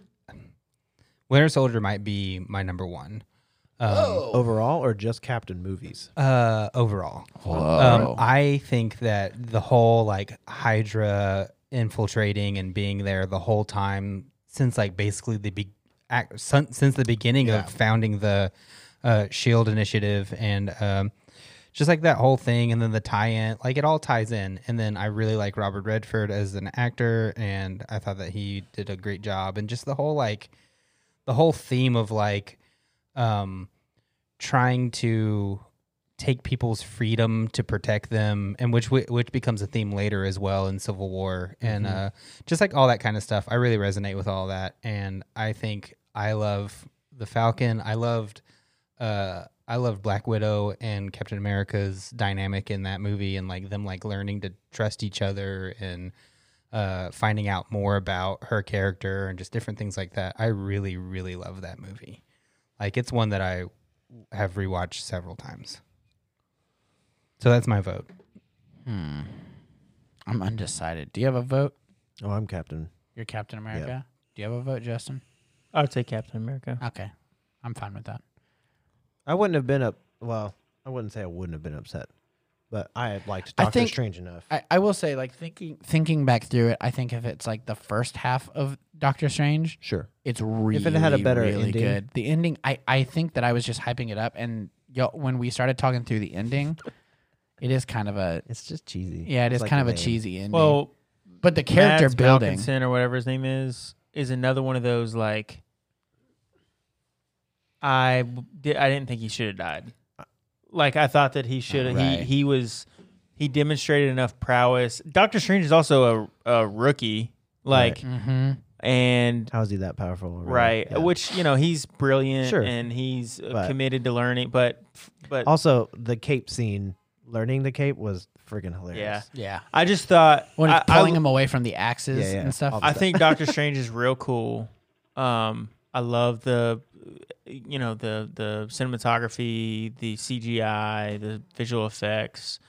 Speaker 3: Winter Soldier might be my number one. Um,
Speaker 4: Overall, or just Captain movies.
Speaker 3: uh, overall,
Speaker 5: Whoa.
Speaker 3: um, I think that the whole like Hydra infiltrating and being there the whole time since like basically the be- ac- sin- since the beginning of founding the uh, Shield Initiative and um, just like that whole thing and then the tie-in, like it all ties in. And then I really like Robert Redford as an actor, and I thought that he did a great job. And just the whole like the whole theme of like um, trying to take people's freedom to protect them and which wi- which becomes a theme later as well in civil war and uh just like all that kind of stuff i really resonate with all that and i think i love the falcon i loved uh i loved black widow and captain america's dynamic in that movie and like them like learning to trust each other and uh finding out more about her character and just different things like that i really really love that movie like it's one that i have rewatched several times so that's my vote.
Speaker 5: I'm undecided. Do you have a vote?
Speaker 4: Oh, I'm Captain.
Speaker 5: You're Captain America. Do you have a vote, Justin?
Speaker 2: I would say Captain America.
Speaker 5: Okay, I'm fine with that.
Speaker 4: I wouldn't have been up. Well, I wouldn't say I wouldn't have been upset, but I had liked
Speaker 5: I
Speaker 4: Doctor
Speaker 5: think-
Speaker 4: Strange enough.
Speaker 5: I, I will say, like thinking thinking back through it, I think if it's like the first half of Doctor Strange,
Speaker 4: sure.
Speaker 5: it's really
Speaker 4: If it had a better
Speaker 5: really
Speaker 4: ending.
Speaker 5: good. The ending, I I think that I was just hyping it up, and yo, when we started talking through the ending, it is kind of a
Speaker 4: It's just cheesy.
Speaker 5: yeah, it
Speaker 4: It's
Speaker 5: is
Speaker 4: like
Speaker 5: kind of a
Speaker 4: lame.
Speaker 5: cheesy ending.
Speaker 2: Well,
Speaker 5: but the character
Speaker 2: Mads
Speaker 5: building,
Speaker 2: Mikkelsen or whatever his name is is another one of those like I w- di- I didn't think he should have died. Like I thought that he should
Speaker 5: Right.
Speaker 2: he he was he demonstrated enough prowess. Doctor Strange is also a, a rookie like
Speaker 5: hmm
Speaker 2: and
Speaker 4: How is he that powerful? already?
Speaker 2: right
Speaker 4: Yeah.
Speaker 2: which you know he's brilliant
Speaker 4: Sure.
Speaker 2: and he's uh,
Speaker 4: But-
Speaker 2: committed to learning but but
Speaker 4: also the cape scene, learning the cape was freaking hilarious.
Speaker 5: yeah,
Speaker 2: I just thought
Speaker 5: when it's
Speaker 2: I- I
Speaker 5: pulling him away from the axes
Speaker 4: Yeah, yeah.
Speaker 5: and stuff.
Speaker 2: I think Doctor Strange is real cool. Um, I love the, you know, the the cinematography, the CGI, the visual effects,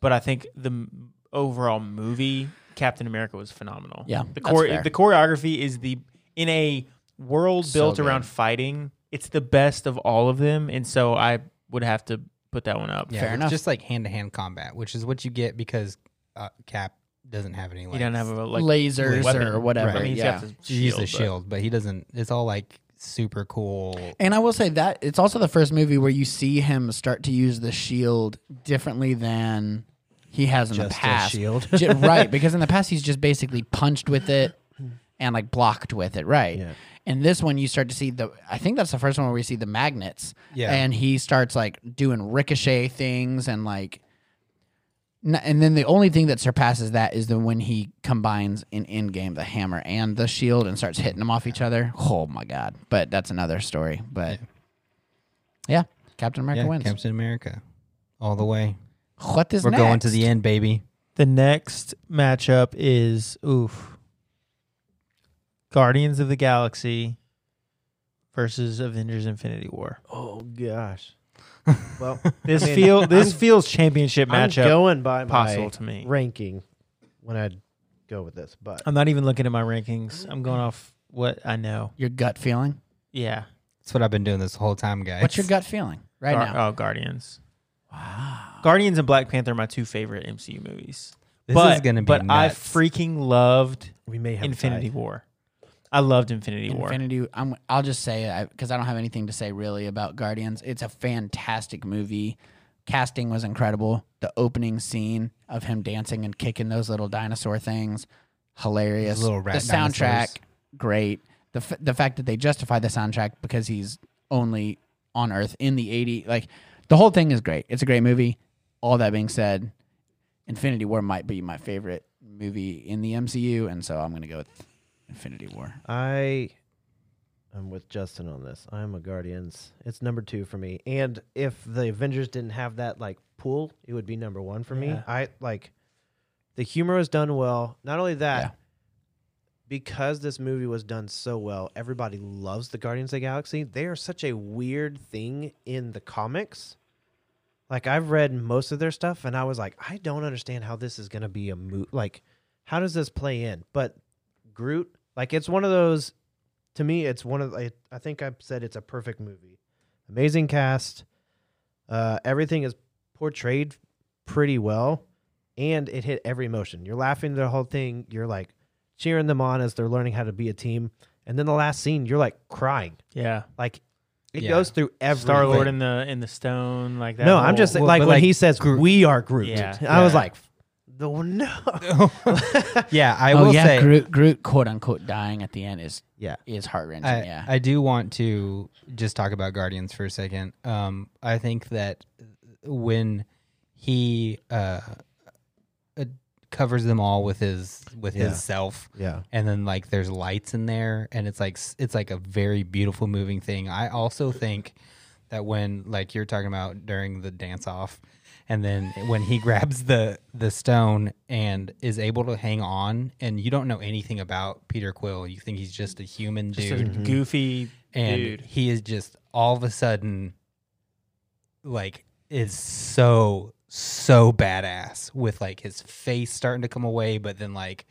Speaker 2: but I think the m- overall movie Captain America was phenomenal.
Speaker 5: Yeah,
Speaker 2: the
Speaker 5: that's
Speaker 2: chore-
Speaker 5: fair.
Speaker 2: the choreography is the in a world
Speaker 5: So
Speaker 2: built
Speaker 5: good.
Speaker 2: around fighting. It's the best of all of them, and so I would have to put that one up.
Speaker 3: Yeah,
Speaker 5: Fair
Speaker 3: it's
Speaker 5: enough.
Speaker 3: Just like hand to hand combat, which is what you get because uh, Cap doesn't have any. Legs.
Speaker 2: He doesn't have a like
Speaker 5: lasers
Speaker 2: weapon.
Speaker 5: or whatever.
Speaker 2: I mean, he's
Speaker 5: yeah.
Speaker 2: got the
Speaker 3: He uses
Speaker 2: shield,
Speaker 3: a
Speaker 2: but-
Speaker 3: shield, but he doesn't. It's all like super cool.
Speaker 5: And I will say that it's also the first movie where you see him start to use the shield differently than he has in the
Speaker 4: Just a
Speaker 5: past.
Speaker 4: shield.
Speaker 5: Ju- right, because in the past he's just basically punched with it and like blocked with it, right?
Speaker 4: Yeah.
Speaker 5: And this one you start to see the I think that's the first one where we see the magnets.
Speaker 3: Yeah.
Speaker 5: And he starts like doing ricochet things and like n- and then the only thing that surpasses that is the when he combines in Endgame the hammer and the shield and starts hitting them off each other. Oh my god! But that's another story. But yeah, Captain America
Speaker 3: Yeah,
Speaker 5: wins.
Speaker 3: Captain America, all the way.
Speaker 5: What is
Speaker 3: We're
Speaker 5: next?
Speaker 3: going to the end, baby.
Speaker 2: The next matchup is oof. Guardians of the Galaxy versus Avengers Infinity War.
Speaker 4: Oh gosh. Well,
Speaker 2: This
Speaker 4: I mean,
Speaker 2: feel this
Speaker 4: I'm-
Speaker 2: feels championship
Speaker 4: I'm
Speaker 2: matchup
Speaker 4: going by
Speaker 2: possible
Speaker 4: my
Speaker 2: to me.
Speaker 4: ranking when I go with this, but
Speaker 2: I'm not even looking at my rankings. I'm going off what I know.
Speaker 5: Your gut feeling.
Speaker 2: Yeah.
Speaker 3: That's what I've been doing this whole time, guys.
Speaker 5: What's your gut feeling right
Speaker 2: Gar-
Speaker 5: now?
Speaker 2: Oh, Guardians. Wow. Guardians and Black Panther are my two favorite MCU movies.
Speaker 3: This
Speaker 2: but
Speaker 3: is gonna be.
Speaker 2: but I
Speaker 3: nuts.
Speaker 2: freaking loved
Speaker 4: we may have
Speaker 2: Infinity
Speaker 4: died.
Speaker 2: War. I loved Infinity, War.
Speaker 5: Infinity. I'm, I'll just say because I, don't have anything to say really about Guardians. It's a fantastic movie. Casting was incredible. The opening scene of him dancing and kicking those little dinosaur things, hilarious.
Speaker 3: Those little rat
Speaker 5: the soundtrack,
Speaker 3: dinosaurs.
Speaker 5: great. The f- the fact that they justify the soundtrack because he's only on Earth in the 80, like the whole thing is great. It's a great movie. All that being said, Infinity War might be my favorite movie in the MCU, and so I'm gonna go with Infinity War.
Speaker 4: I am with Justin on this. I'm a Guardians. It's number two for me. And if the Avengers didn't have that like pool, it would be number one for me.
Speaker 2: Yeah.
Speaker 4: I like the humor was done well. Not only that,
Speaker 5: Yeah.
Speaker 4: because this movie was done so well, everybody loves the Guardians of the Galaxy. They are such a weird thing in the comics. Like I've read most of their stuff and I was like, I don't understand how this is gonna be a movie. Like, how does this play in? But Groot, like it's one of those to me it's one of I, I think i said it's a perfect movie amazing cast uh, everything is portrayed pretty well and it hit every emotion you're laughing at the whole thing you're like cheering them on as they're learning how to be a team and then the last scene you're like crying
Speaker 2: Yeah,
Speaker 4: like it
Speaker 3: Yeah.
Speaker 4: goes through every
Speaker 2: Star Lord in the in the stone like that.
Speaker 4: no
Speaker 2: whole-
Speaker 4: i'm just
Speaker 3: well,
Speaker 4: like
Speaker 3: but
Speaker 4: when
Speaker 3: like
Speaker 4: he says
Speaker 3: Groot-
Speaker 4: we are groot
Speaker 2: Yeah.
Speaker 4: i was
Speaker 2: Yeah.
Speaker 4: like the no
Speaker 3: yeah, I
Speaker 5: oh
Speaker 3: will
Speaker 5: yeah,
Speaker 3: say
Speaker 5: Groot, Groot, quote unquote, dying at the end is
Speaker 4: yeah
Speaker 5: is heart wrenching.
Speaker 3: I,
Speaker 5: Yeah,
Speaker 3: I do want to just talk about Guardians for a second. Um, I think that when he uh, uh, covers them all with his with
Speaker 4: Yeah.
Speaker 3: his self,
Speaker 4: yeah
Speaker 3: and then like there's lights in there, and it's like s- it's like a very beautiful moving thing. I also think that when like you're talking about during the dance off, and then when he grabs the the stone and is able to hang on, and you don't know anything about Peter Quill, you think he's just a human
Speaker 2: just
Speaker 3: dude
Speaker 2: a goofy
Speaker 3: and
Speaker 2: dude.
Speaker 3: he is just all of a sudden like is so so badass with like his face starting to come away but then like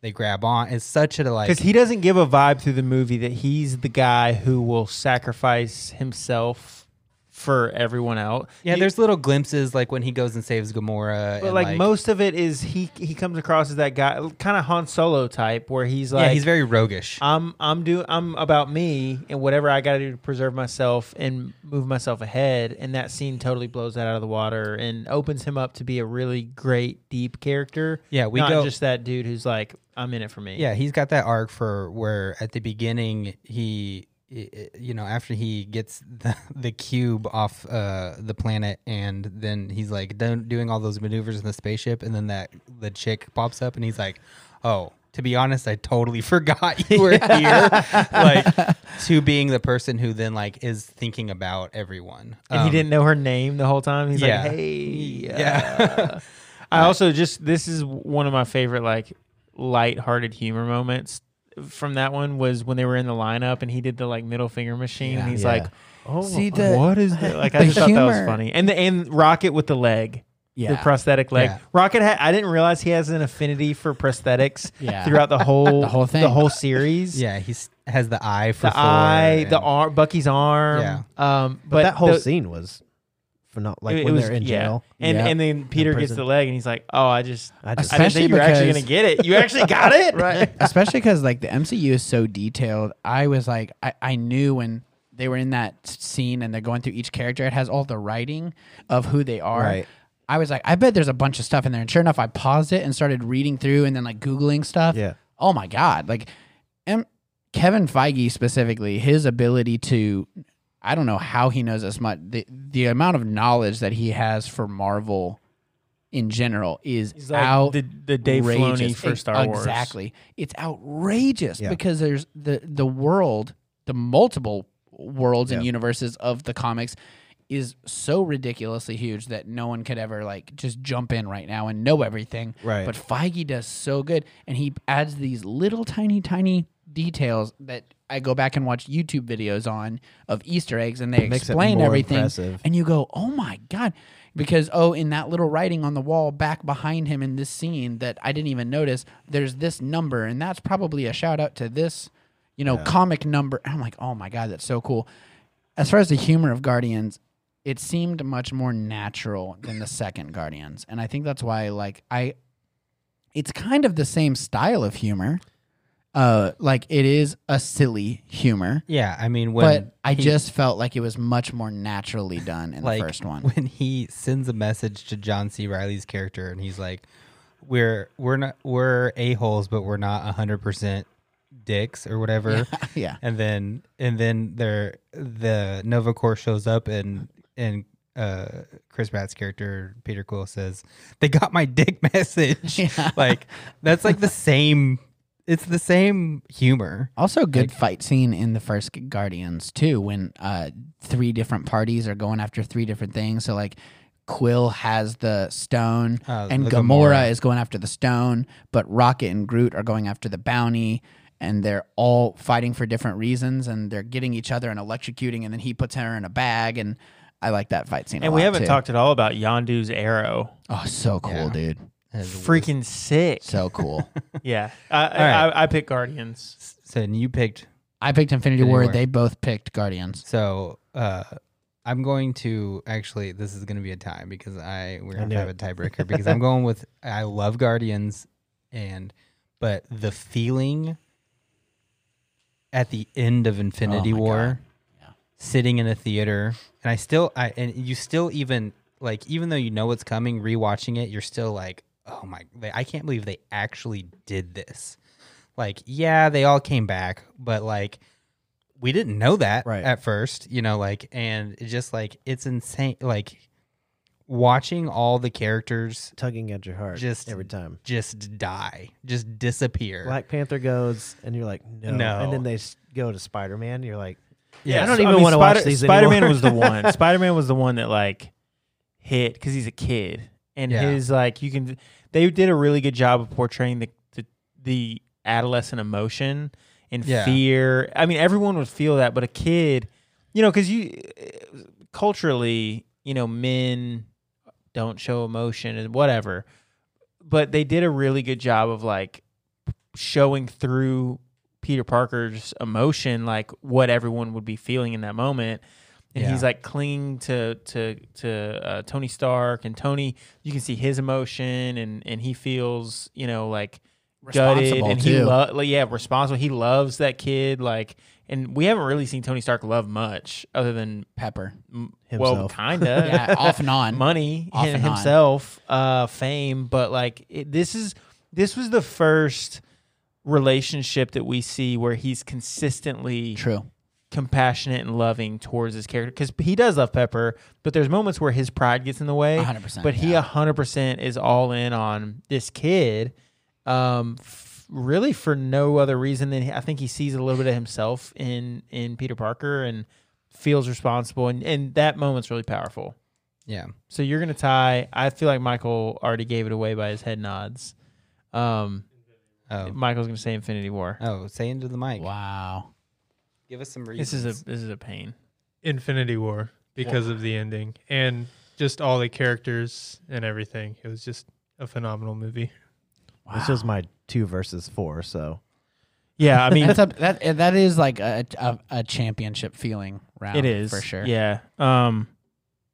Speaker 3: they grab on it's such a like
Speaker 2: Because he doesn't give a vibe through the movie that he's the guy who will sacrifice himself for everyone else.
Speaker 3: yeah
Speaker 2: You-
Speaker 3: there's little glimpses like when he goes and saves Gamora
Speaker 2: But
Speaker 3: and,
Speaker 2: like, most of it is he he comes across as that guy, kind of Han Solo type, where he's
Speaker 3: yeah
Speaker 2: like,
Speaker 3: he's very roguish
Speaker 2: I'm I'm doing I'm about me and whatever I got to do to preserve myself and move myself ahead. And that scene totally blows that out of the water and opens him up to be a really great deep character.
Speaker 3: Yeah, we
Speaker 2: not
Speaker 3: go-
Speaker 2: just that dude who's like, I'm in it for me.
Speaker 3: Yeah, he's got that arc for where at the beginning he, i- i- you know, after he gets the, the cube off uh, the planet, and then he's like done doing all those maneuvers in the spaceship, and then that the chick pops up, and he's like, "Oh, to be honest, I totally forgot you were here." like to being the person who then like is thinking about everyone,
Speaker 2: and he
Speaker 3: Um,
Speaker 2: didn't know her name the whole time. He's
Speaker 3: yeah.
Speaker 2: like, hey,
Speaker 3: Yeah.
Speaker 2: uh." I also just this is one of my favorite like light-hearted humor moments from that one was when they were in the lineup and he did the like middle finger machine.
Speaker 3: Yeah.
Speaker 2: and he's
Speaker 4: Yeah.
Speaker 2: like,
Speaker 4: oh
Speaker 5: See the-
Speaker 2: what is that? Like I
Speaker 5: the
Speaker 2: just thought that was
Speaker 5: humor.
Speaker 2: funny. And the and Rocket with the leg. The
Speaker 5: yeah,
Speaker 2: prosthetic leg.
Speaker 3: Yeah.
Speaker 2: Rocket ha- I didn't realize he has an affinity for prosthetics
Speaker 5: Yeah.
Speaker 2: throughout the whole
Speaker 5: The whole thing.
Speaker 2: The whole series.
Speaker 3: yeah, he's has the eye for
Speaker 2: The
Speaker 3: four
Speaker 2: eye, the
Speaker 3: and-
Speaker 2: arm Bucky's arm.
Speaker 3: Yeah.
Speaker 2: Um but,
Speaker 4: but, that whole
Speaker 2: the-
Speaker 4: scene was phenomenal like
Speaker 2: it- it
Speaker 4: when
Speaker 2: was-
Speaker 4: they're in
Speaker 2: yeah.
Speaker 4: jail
Speaker 2: And
Speaker 5: Yeah.
Speaker 2: and then Peter gets
Speaker 4: prison.
Speaker 2: the leg and he's like, Oh, I just
Speaker 4: i just
Speaker 2: I didn't think you were actually
Speaker 5: because-
Speaker 2: gonna get it. You actually got it? right.
Speaker 5: especially because like the MCU is so detailed. I was like, I, I knew when they were in that scene and they're going through each character. It has all the writing of who they are.
Speaker 3: Right.
Speaker 5: I was like, I bet there's a bunch of stuff in there. And sure enough, I paused it and started reading through and then like googling stuff.
Speaker 4: Yeah.
Speaker 5: Oh my god! Like, M- Kevin Feige specifically, his ability to, I don't know how he knows this much. The the amount of knowledge that he has for Marvel. In general, is
Speaker 2: He's like
Speaker 5: out
Speaker 2: the, the Dave Filoni
Speaker 5: outrageous.
Speaker 2: for
Speaker 5: Ex-
Speaker 2: Star Wars.
Speaker 5: Exactly. It's outrageous
Speaker 4: Yeah.
Speaker 5: because there's the the world, the multiple worlds and
Speaker 4: Yeah.
Speaker 5: universes of the comics is so ridiculously huge that no one could ever like just jump in right now and know everything.
Speaker 4: Right.
Speaker 5: But Feige does so good and he adds these little tiny tiny details that I go back and watch YouTube videos on of Easter eggs and they
Speaker 4: Makes it
Speaker 5: explain
Speaker 4: more
Speaker 5: everything
Speaker 4: impressive.
Speaker 5: and you go, "Oh my god!" Because oh, in that little writing on the wall back behind him in this scene that I didn't even notice, there's this number, and that's probably a shout out to this, you know, comic number. And I'm like, "Oh my god, that's so cool!" As far as the humor of Guardians, it seemed much more natural than the second Guardians, and I think that's why, like, I, it's kind of the same style of humor. Uh, like it is a silly humor,
Speaker 3: yeah. I mean, when
Speaker 5: but I
Speaker 3: he-
Speaker 5: just felt like it was much more naturally done in
Speaker 3: like
Speaker 5: the first one.
Speaker 3: when he sends a message to John C. Riley's character, and he's like, "We're we're not we're a holes, but we're not hundred percent dicks or whatever."
Speaker 5: yeah.
Speaker 3: And then and then there the Nova Corps shows up, and and uh, Chris Pratt's character Peter Quill says, "They got my dick message."
Speaker 5: Yeah.
Speaker 3: Like that's like the same it's the same humor.
Speaker 5: Also, good fight scene in the first Guardians too, when uh, three different parties are going after three different things. So like, Quill has the stone,
Speaker 3: Uh,
Speaker 5: and
Speaker 3: the
Speaker 5: Gamora,
Speaker 3: Gamora.
Speaker 5: is going after the stone, but Rocket and Groot are going after the bounty, and they're all fighting for different reasons, and they're getting each other and electrocuting, and then he puts her in a bag, and I like that fight scene. a
Speaker 2: And we
Speaker 5: lot,
Speaker 2: haven't
Speaker 5: too.
Speaker 2: talked at all about Yondu's arrow.
Speaker 5: Oh, so cool,
Speaker 3: Yeah.
Speaker 5: dude!
Speaker 3: As
Speaker 2: Freaking sick.
Speaker 5: So cool.
Speaker 2: yeah. I, I,
Speaker 3: right.
Speaker 2: I, I pick Guardians.
Speaker 3: was- So and you picked.
Speaker 5: I picked Infinity
Speaker 3: Infinity
Speaker 5: War.
Speaker 3: War.
Speaker 5: They both picked Guardians.
Speaker 3: So uh, I'm going to actually. This is going to be a tie because I we're
Speaker 4: I
Speaker 3: going
Speaker 4: knew
Speaker 3: to have a
Speaker 4: it.
Speaker 3: tiebreaker because I'm going with. I love Guardians, and but the feeling at the end of Infinity
Speaker 4: Oh
Speaker 5: my
Speaker 3: War,
Speaker 5: God. Yeah.
Speaker 3: sitting in a theater, and I still I and you still even like even though you know what's coming, rewatching it, you're still like, oh my, like, I can't believe they actually did this. Like, yeah, they all came back, but like we didn't know that
Speaker 4: Right.
Speaker 3: at first, you know, like and it's just like it's insane like watching all the characters
Speaker 4: tugging at your heart
Speaker 3: Just-
Speaker 4: every time.
Speaker 3: just die, just disappear.
Speaker 4: Black Panther goes, and you're like, no.
Speaker 3: No.
Speaker 4: And then they s- go to Spider Man. You're like,
Speaker 3: Yeah,
Speaker 4: I don't even wanna watch these
Speaker 2: Spider Man
Speaker 4: anymore.
Speaker 2: was the one. Spider Man was the one that like hit because he's a kid, and
Speaker 3: Yeah.
Speaker 2: his like you can. They did a really good job of portraying the the, the adolescent emotion and
Speaker 3: Yeah.
Speaker 2: fear. I mean, everyone would feel that, but a kid, you know, because you culturally, you know, men don't show emotion and whatever. But they did a really good job of like showing through Peter Parker's emotion, like what everyone would be feeling in that moment. And
Speaker 3: Yeah.
Speaker 2: he's like clinging to to to uh, Tony Stark, and Tony, you can see his emotion, and and he feels, you know, like gutted,
Speaker 5: Responsible,
Speaker 2: and he
Speaker 5: too.
Speaker 2: lo- like, yeah, responsible. He loves that kid, like, and we haven't really seen Tony Stark love much other than
Speaker 5: Pepper.
Speaker 2: mm, well,
Speaker 4: Himself.
Speaker 2: kinda,
Speaker 5: Yeah, off and on.
Speaker 2: money
Speaker 5: Off
Speaker 2: him-
Speaker 5: and on.
Speaker 2: himself uh fame but like it, this is this was the first relationship that we see where he's consistently
Speaker 5: True.
Speaker 2: compassionate and loving towards his character because he does love pepper but there's moments where his pride gets in the way
Speaker 5: 100%,
Speaker 2: but he
Speaker 5: yeah.
Speaker 2: 100% is all in on this kid um f- really for no other reason than he- i think he sees a little bit of himself in in peter parker and feels responsible and and that moment's really powerful e-,
Speaker 3: yeah.
Speaker 2: so you're gonna tie. I feel like Michael already gave it away by his head nods. Um,
Speaker 3: Oh,
Speaker 2: Michael's gonna say Infinity War.
Speaker 3: oh, say into the mic.
Speaker 5: Wow.
Speaker 3: Give us some
Speaker 2: This is a this is a pain.
Speaker 6: Infinity War because of the ending and just all the characters and everything. It was just a phenomenal movie.
Speaker 4: this was my two versus four. So
Speaker 2: Yeah, I mean
Speaker 5: That's a, that uh, that is like a, a a championship feeling round.
Speaker 2: it is
Speaker 5: for sure.
Speaker 2: Yeah. Um,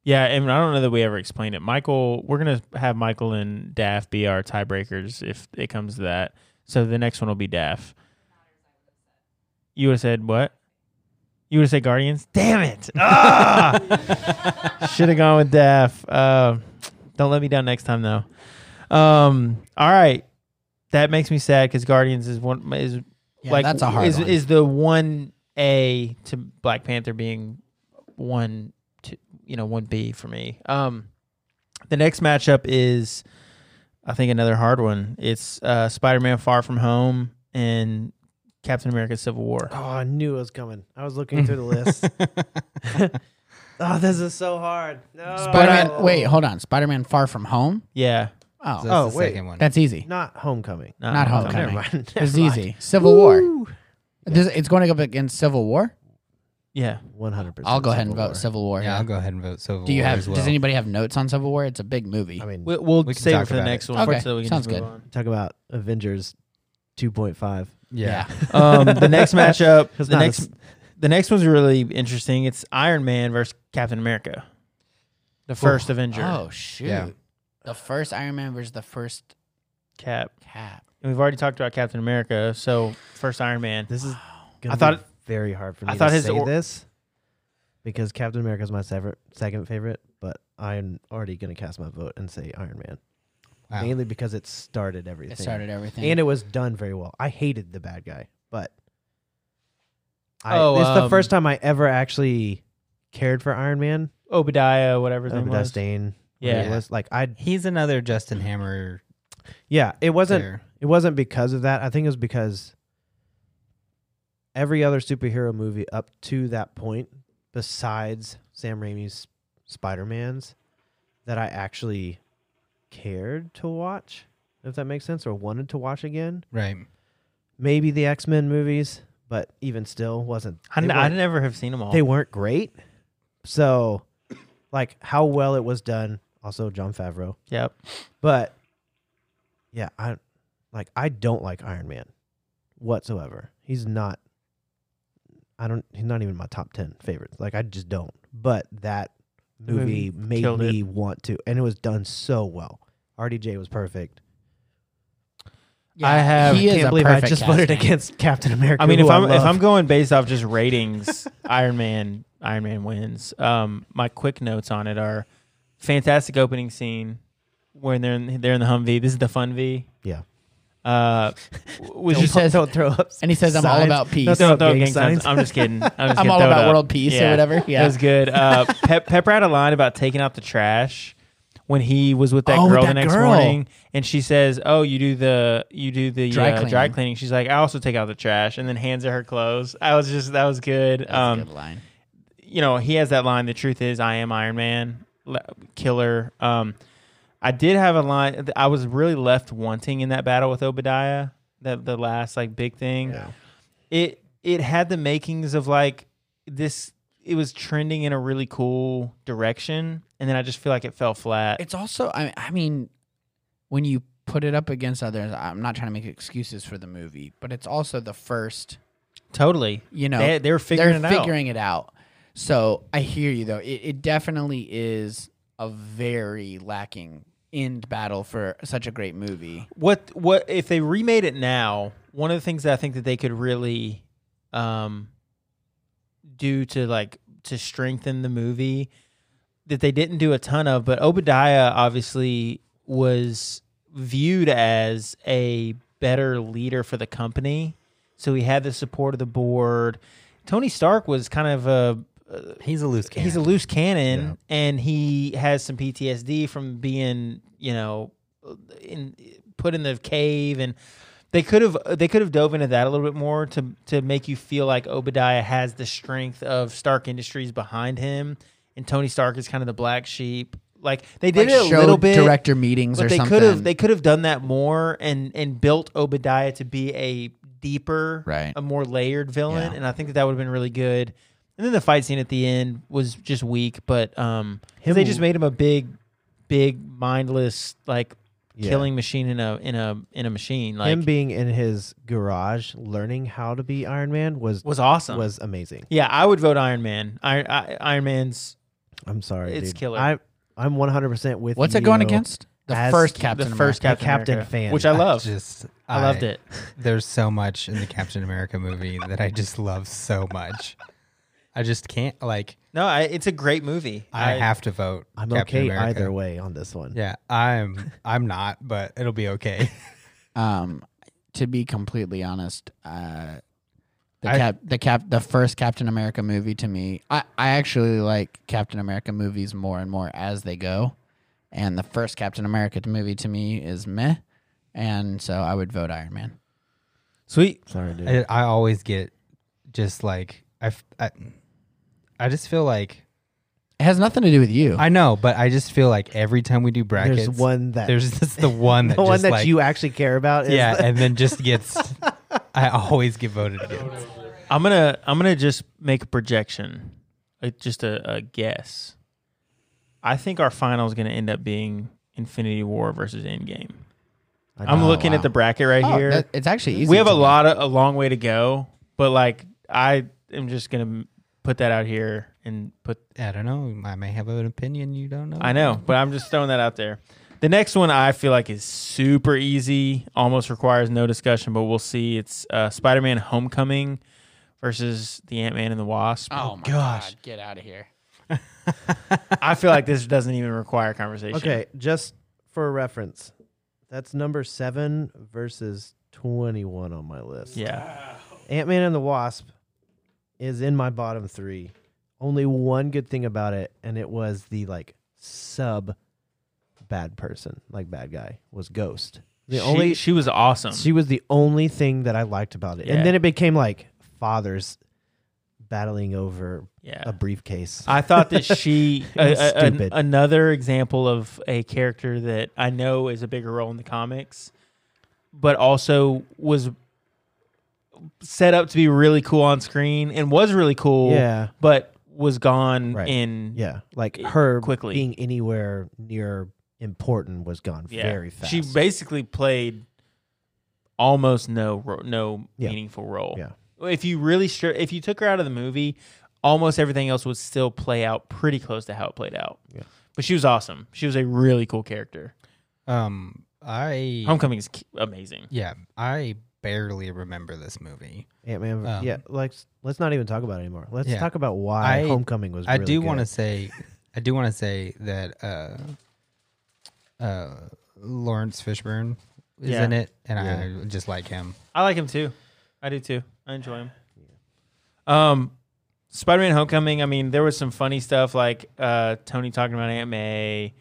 Speaker 2: yeah, and I don't know that we ever explained it. Michael, we're gonna have Michael and Daff be our tiebreakers if it comes to that. So the next one will be Daff. You would have said what? You would have said Guardians. Damn it! Ah! Should have gone with Daff. Uh, don't let me down next time though. Um, all right, that makes me sad because Guardians is one is
Speaker 5: Yeah,
Speaker 2: like
Speaker 5: that's a hard
Speaker 2: is,
Speaker 5: one.
Speaker 2: is the one A to Black Panther being one to you know one B for me. Um, the next matchup is, I think, another hard one. It's uh, Spider-Man: Far From Home and Captain America: Civil War.
Speaker 4: oh, I knew it was coming. I was looking through the list. oh, this is so hard. No.
Speaker 5: Spider-Man. wait, hold on. Spider-Man: Far From Home.
Speaker 2: Yeah,
Speaker 5: Oh,
Speaker 3: oh,
Speaker 4: wait.
Speaker 3: second one.
Speaker 5: that's easy.
Speaker 4: Not Homecoming.
Speaker 5: Not
Speaker 2: no,
Speaker 5: Homecoming.
Speaker 4: Never mind.
Speaker 5: It's easy. Civil War. This, it's going to go up against Civil War.
Speaker 2: Yeah,
Speaker 4: One hundred percent.
Speaker 5: I'll go ahead and vote Civil War.
Speaker 3: yeah,
Speaker 5: yeah.
Speaker 3: I'll go ahead and vote. So
Speaker 5: Do you have?
Speaker 3: As well.
Speaker 5: Does anybody have notes on Civil War? It's a big movie.
Speaker 4: I mean,
Speaker 2: we, we'll
Speaker 3: We can
Speaker 2: save it
Speaker 3: talk
Speaker 2: for the
Speaker 3: about
Speaker 2: next
Speaker 5: it.
Speaker 2: one.
Speaker 5: Okay,
Speaker 2: first, so we can
Speaker 5: sounds
Speaker 2: just move
Speaker 5: good.
Speaker 2: on.
Speaker 4: talk about Avengers two point five.
Speaker 3: Yeah.
Speaker 2: Um, the next matchup.
Speaker 4: It's
Speaker 2: the
Speaker 4: not
Speaker 2: next.
Speaker 4: as-
Speaker 2: the next one's really interesting. It's Iron Man versus Captain America, the first Avenger.
Speaker 5: Oh shoot.
Speaker 3: Yeah.
Speaker 5: The first Iron Man versus the first
Speaker 2: Cap.
Speaker 5: Cap.
Speaker 2: And we've already talked about Captain America, so first Iron Man.
Speaker 4: This is
Speaker 2: I
Speaker 4: gonna I
Speaker 2: thought-
Speaker 4: thought be very hard for
Speaker 2: I
Speaker 4: me I
Speaker 2: thought
Speaker 4: to
Speaker 2: his
Speaker 4: say
Speaker 2: or-
Speaker 4: this because Captain America is my sever- second favorite, but I'm already gonna cast my vote and say Iron Man
Speaker 3: Wow.
Speaker 4: mainly because it started everything.
Speaker 5: It started everything.
Speaker 4: and it was done very well. I hated the bad guy, but I,
Speaker 2: Oh,
Speaker 4: this is the
Speaker 2: um,
Speaker 4: first time I ever actually cared for Iron Man.
Speaker 2: Obadiah, whatever his name
Speaker 4: Obadiah
Speaker 2: Oh, was.
Speaker 4: Stane,
Speaker 2: Yeah.
Speaker 4: whatever it was like I
Speaker 3: He's another Justin Hammer.
Speaker 4: yeah, it wasn't
Speaker 3: there.
Speaker 4: It wasn't because of that. I think it was because every other superhero movie up to that point, besides Sam Raimi's Spider Man's, that I actually cared to watch, if that makes sense, or wanted to watch again.
Speaker 3: Right.
Speaker 4: Maybe the X Men movies, but even still, wasn't.
Speaker 2: I,
Speaker 4: they
Speaker 2: n- I
Speaker 4: weren't-
Speaker 2: never have seen them all.
Speaker 4: they weren't great. So, like how well it was done. Also, John Favreau.
Speaker 2: yep.
Speaker 4: But yeah, I like I don't like Iron Man whatsoever. He's not I don't he's not even my top 10 favorites. Like I just don't. But that
Speaker 2: The movie
Speaker 4: movie, made
Speaker 2: killed
Speaker 4: me want to and it was done so well. RDJ was perfect.
Speaker 2: I have-
Speaker 4: I
Speaker 5: He is
Speaker 4: can't
Speaker 5: a
Speaker 4: believe I
Speaker 5: perfect
Speaker 4: just voted
Speaker 5: casting.
Speaker 4: against Captain America.
Speaker 2: I mean,
Speaker 4: who
Speaker 2: if I'm if
Speaker 4: love.
Speaker 2: I'm going based off just ratings, Iron Man, Iron Man wins. Um, my quick notes on it are fantastic opening scene when they're in, they're in the Humvee. This is the fun V.
Speaker 4: Yeah.
Speaker 2: Uh, was
Speaker 5: Don't
Speaker 2: just
Speaker 5: says-
Speaker 4: don't throw up.
Speaker 5: And he says, "I'm all
Speaker 4: signs.
Speaker 5: about peace.
Speaker 4: No,
Speaker 2: Don't throw
Speaker 4: gang
Speaker 2: gang signs.
Speaker 4: signs.
Speaker 2: I'm just kidding. I'm, just
Speaker 5: I'm
Speaker 2: kidding.
Speaker 5: all
Speaker 2: Throw it
Speaker 5: about
Speaker 2: up.
Speaker 5: world peace
Speaker 2: Yeah.
Speaker 5: or whatever."
Speaker 2: That
Speaker 5: Yeah.
Speaker 2: was good. Uh, Pep, Pepper had a line about taking out the trash when he was with that
Speaker 5: Oh, with
Speaker 2: girl the
Speaker 5: that
Speaker 2: next
Speaker 5: girl.
Speaker 2: morning, and she says, "Oh, you do the you do the
Speaker 5: Dry
Speaker 2: dry, uh, cleaning. dry
Speaker 5: cleaning.
Speaker 2: cleaning." She's like, "I also take out the trash," and then hands her her clothes. I was just that was good.
Speaker 5: That's
Speaker 2: um,
Speaker 5: a good line.
Speaker 2: you know, he has that line. The truth is, I am Iron Man, le- killer. Um, I did have a line. th- I was really left wanting in that battle with Obadiah. That the last like big thing. It it had the makings of like this. It was trending in a really cool direction, and then I just feel like it fell flat.
Speaker 5: It's also, I, I mean, when you put it up against others, I'm not trying to make excuses for the movie, but it's also the first,
Speaker 2: totally.
Speaker 5: you know,
Speaker 2: they, they were figuring
Speaker 5: they're
Speaker 2: it
Speaker 5: figuring it out. So I hear you though. It, it definitely is a very lacking end battle for such a great movie.
Speaker 2: out. What what if they remade it now? One of the things that I think that they could really um, do to like to strengthen the movie that they didn't do a ton of, but Obadiah obviously was viewed as a better leader for the company. So he had the support of the board. Tony Stark was kind of a
Speaker 3: He's a loose cannon.
Speaker 2: he's a loose cannon and he has some PTSD from being, you know, in put in the cave and they could have they could have dove into that a little bit more to to make you feel like Obadiah has the strength of Stark Industries behind him and Tony Stark is kind of the black sheep. Like they did
Speaker 5: Like,
Speaker 2: it a
Speaker 5: showed
Speaker 2: little bit
Speaker 5: director meetings
Speaker 2: but
Speaker 5: or
Speaker 2: they
Speaker 5: something.
Speaker 2: could have they could have done that more and and built Obadiah to be a deeper,
Speaker 5: Right.
Speaker 2: a more layered villain,
Speaker 5: Yeah.
Speaker 2: and I think that that would have been really good. And then the fight scene at the end was just weak, but um, 'cause they
Speaker 4: Him-
Speaker 2: just made him a big, big mindless like
Speaker 4: Yeah.
Speaker 2: killing machine in a in a in a machine like
Speaker 4: him being in his garage learning how to be Iron Man was
Speaker 2: was awesome.
Speaker 4: was amazing.
Speaker 2: yeah, I would vote Iron Man. Iron I, Iron Man's
Speaker 4: I'm sorry,
Speaker 2: It's
Speaker 4: dude.
Speaker 2: killer.
Speaker 4: I I'm 100 percent with.
Speaker 5: What's it
Speaker 4: you.
Speaker 5: going against? The
Speaker 4: as
Speaker 5: first
Speaker 4: the
Speaker 5: Captain.
Speaker 2: the first
Speaker 5: America.
Speaker 2: Captain,
Speaker 4: Captain
Speaker 2: America,
Speaker 4: fan.
Speaker 2: which I love.
Speaker 3: Just
Speaker 2: I loved it.
Speaker 3: There's so much in the Captain America movie that I just love so much. I just can't like.
Speaker 2: No, I, it's a great movie.
Speaker 3: I, have to vote.
Speaker 4: I'm
Speaker 3: Captain
Speaker 4: okay
Speaker 3: America.
Speaker 4: either way on this one.
Speaker 3: Yeah, I'm. I'm not, but it'll be okay.
Speaker 5: Um, to be completely honest, uh, the
Speaker 3: I-
Speaker 5: cap, the cap, the first Captain America movie to me, I, I actually like Captain America movies more and more as they go, and the first Captain America movie to me is meh, and so I would vote Iron Man.
Speaker 2: Sweet.
Speaker 4: Sorry, dude.
Speaker 3: I, I always get just like I, f- I. I just feel like
Speaker 5: It has nothing to do with you.
Speaker 3: I know, but I just feel like every time we do brackets,
Speaker 4: There's one that
Speaker 3: there's just the one that
Speaker 4: the one
Speaker 3: just,
Speaker 4: that
Speaker 3: like,
Speaker 4: you actually care about. Is
Speaker 3: yeah,
Speaker 4: the-
Speaker 3: and then just gets. I always get voted against.
Speaker 2: I'm gonna I'm gonna just make a projection, like just a, a guess. I think our final is gonna end up being Infinity War versus Endgame. I'm
Speaker 5: Oh,
Speaker 2: looking at
Speaker 5: wow.
Speaker 2: the bracket right
Speaker 5: Oh,
Speaker 2: here.
Speaker 5: that- it's actually easy.
Speaker 2: we have
Speaker 5: to
Speaker 2: a
Speaker 5: do.
Speaker 2: lot of a long way to go, but like I am just gonna put that out here and put.
Speaker 3: I don't know. I may have an opinion you don't know.
Speaker 2: I know, but I'm just throwing that out there. The next one I feel like is super easy, almost requires no discussion, but we'll see. It's uh, Spider-Man: Homecoming versus the Ant-Man and the Wasp.
Speaker 5: Oh my gosh! get out of here.
Speaker 2: I feel like this doesn't even require conversation.
Speaker 4: Okay, just for reference, that's number seven versus 21 on my list.
Speaker 2: Yeah.
Speaker 4: Ant Man and the Wasp is in my bottom three. Only one good thing about it, and it was the like sub bad person, like bad guy, was Ghost. The
Speaker 2: she,
Speaker 4: only
Speaker 2: she was awesome.
Speaker 4: she was the only thing that I liked about it.
Speaker 2: Yeah.
Speaker 4: And then it became like fathers battling over
Speaker 2: yeah.
Speaker 4: a briefcase.
Speaker 2: I thought that she
Speaker 4: It was
Speaker 2: a- a- an-
Speaker 4: stupid.
Speaker 2: another example of a character that I know is a bigger role in the comics, but also was set up to be really cool on screen and was really cool,
Speaker 4: yeah.
Speaker 2: but was gone
Speaker 4: Right.
Speaker 2: in
Speaker 4: Yeah. Like
Speaker 2: It-
Speaker 4: her
Speaker 2: e quickly.
Speaker 4: being anywhere near important was gone
Speaker 2: yeah.
Speaker 4: very fast.
Speaker 2: She basically played almost no ro- no
Speaker 4: Yeah.
Speaker 2: meaningful role.
Speaker 4: Yeah.
Speaker 2: If you really stri- if you took her out of the movie, almost everything else would still play out pretty close to how it played out.
Speaker 4: Yeah.
Speaker 2: But she was awesome. She was a really cool character.
Speaker 3: Um, I
Speaker 2: Homecoming is ki- amazing.
Speaker 3: yeah, I barely remember this movie.
Speaker 4: Ant Man.
Speaker 3: Um,
Speaker 4: yeah, like s- let's not even talk about it anymore. Let's
Speaker 3: Yeah.
Speaker 4: talk about why
Speaker 3: I-
Speaker 4: Homecoming was.
Speaker 3: I
Speaker 4: really
Speaker 3: do want to
Speaker 4: good.
Speaker 3: say, I do want to say that uh, uh, Lawrence Fishburne is
Speaker 2: Yeah.
Speaker 3: in it, and I just like him.
Speaker 2: I like him too. I do too. I enjoy him. Um, Spider-Man: Homecoming. I mean, there was some funny stuff like uh, Tony talking about Aunt May,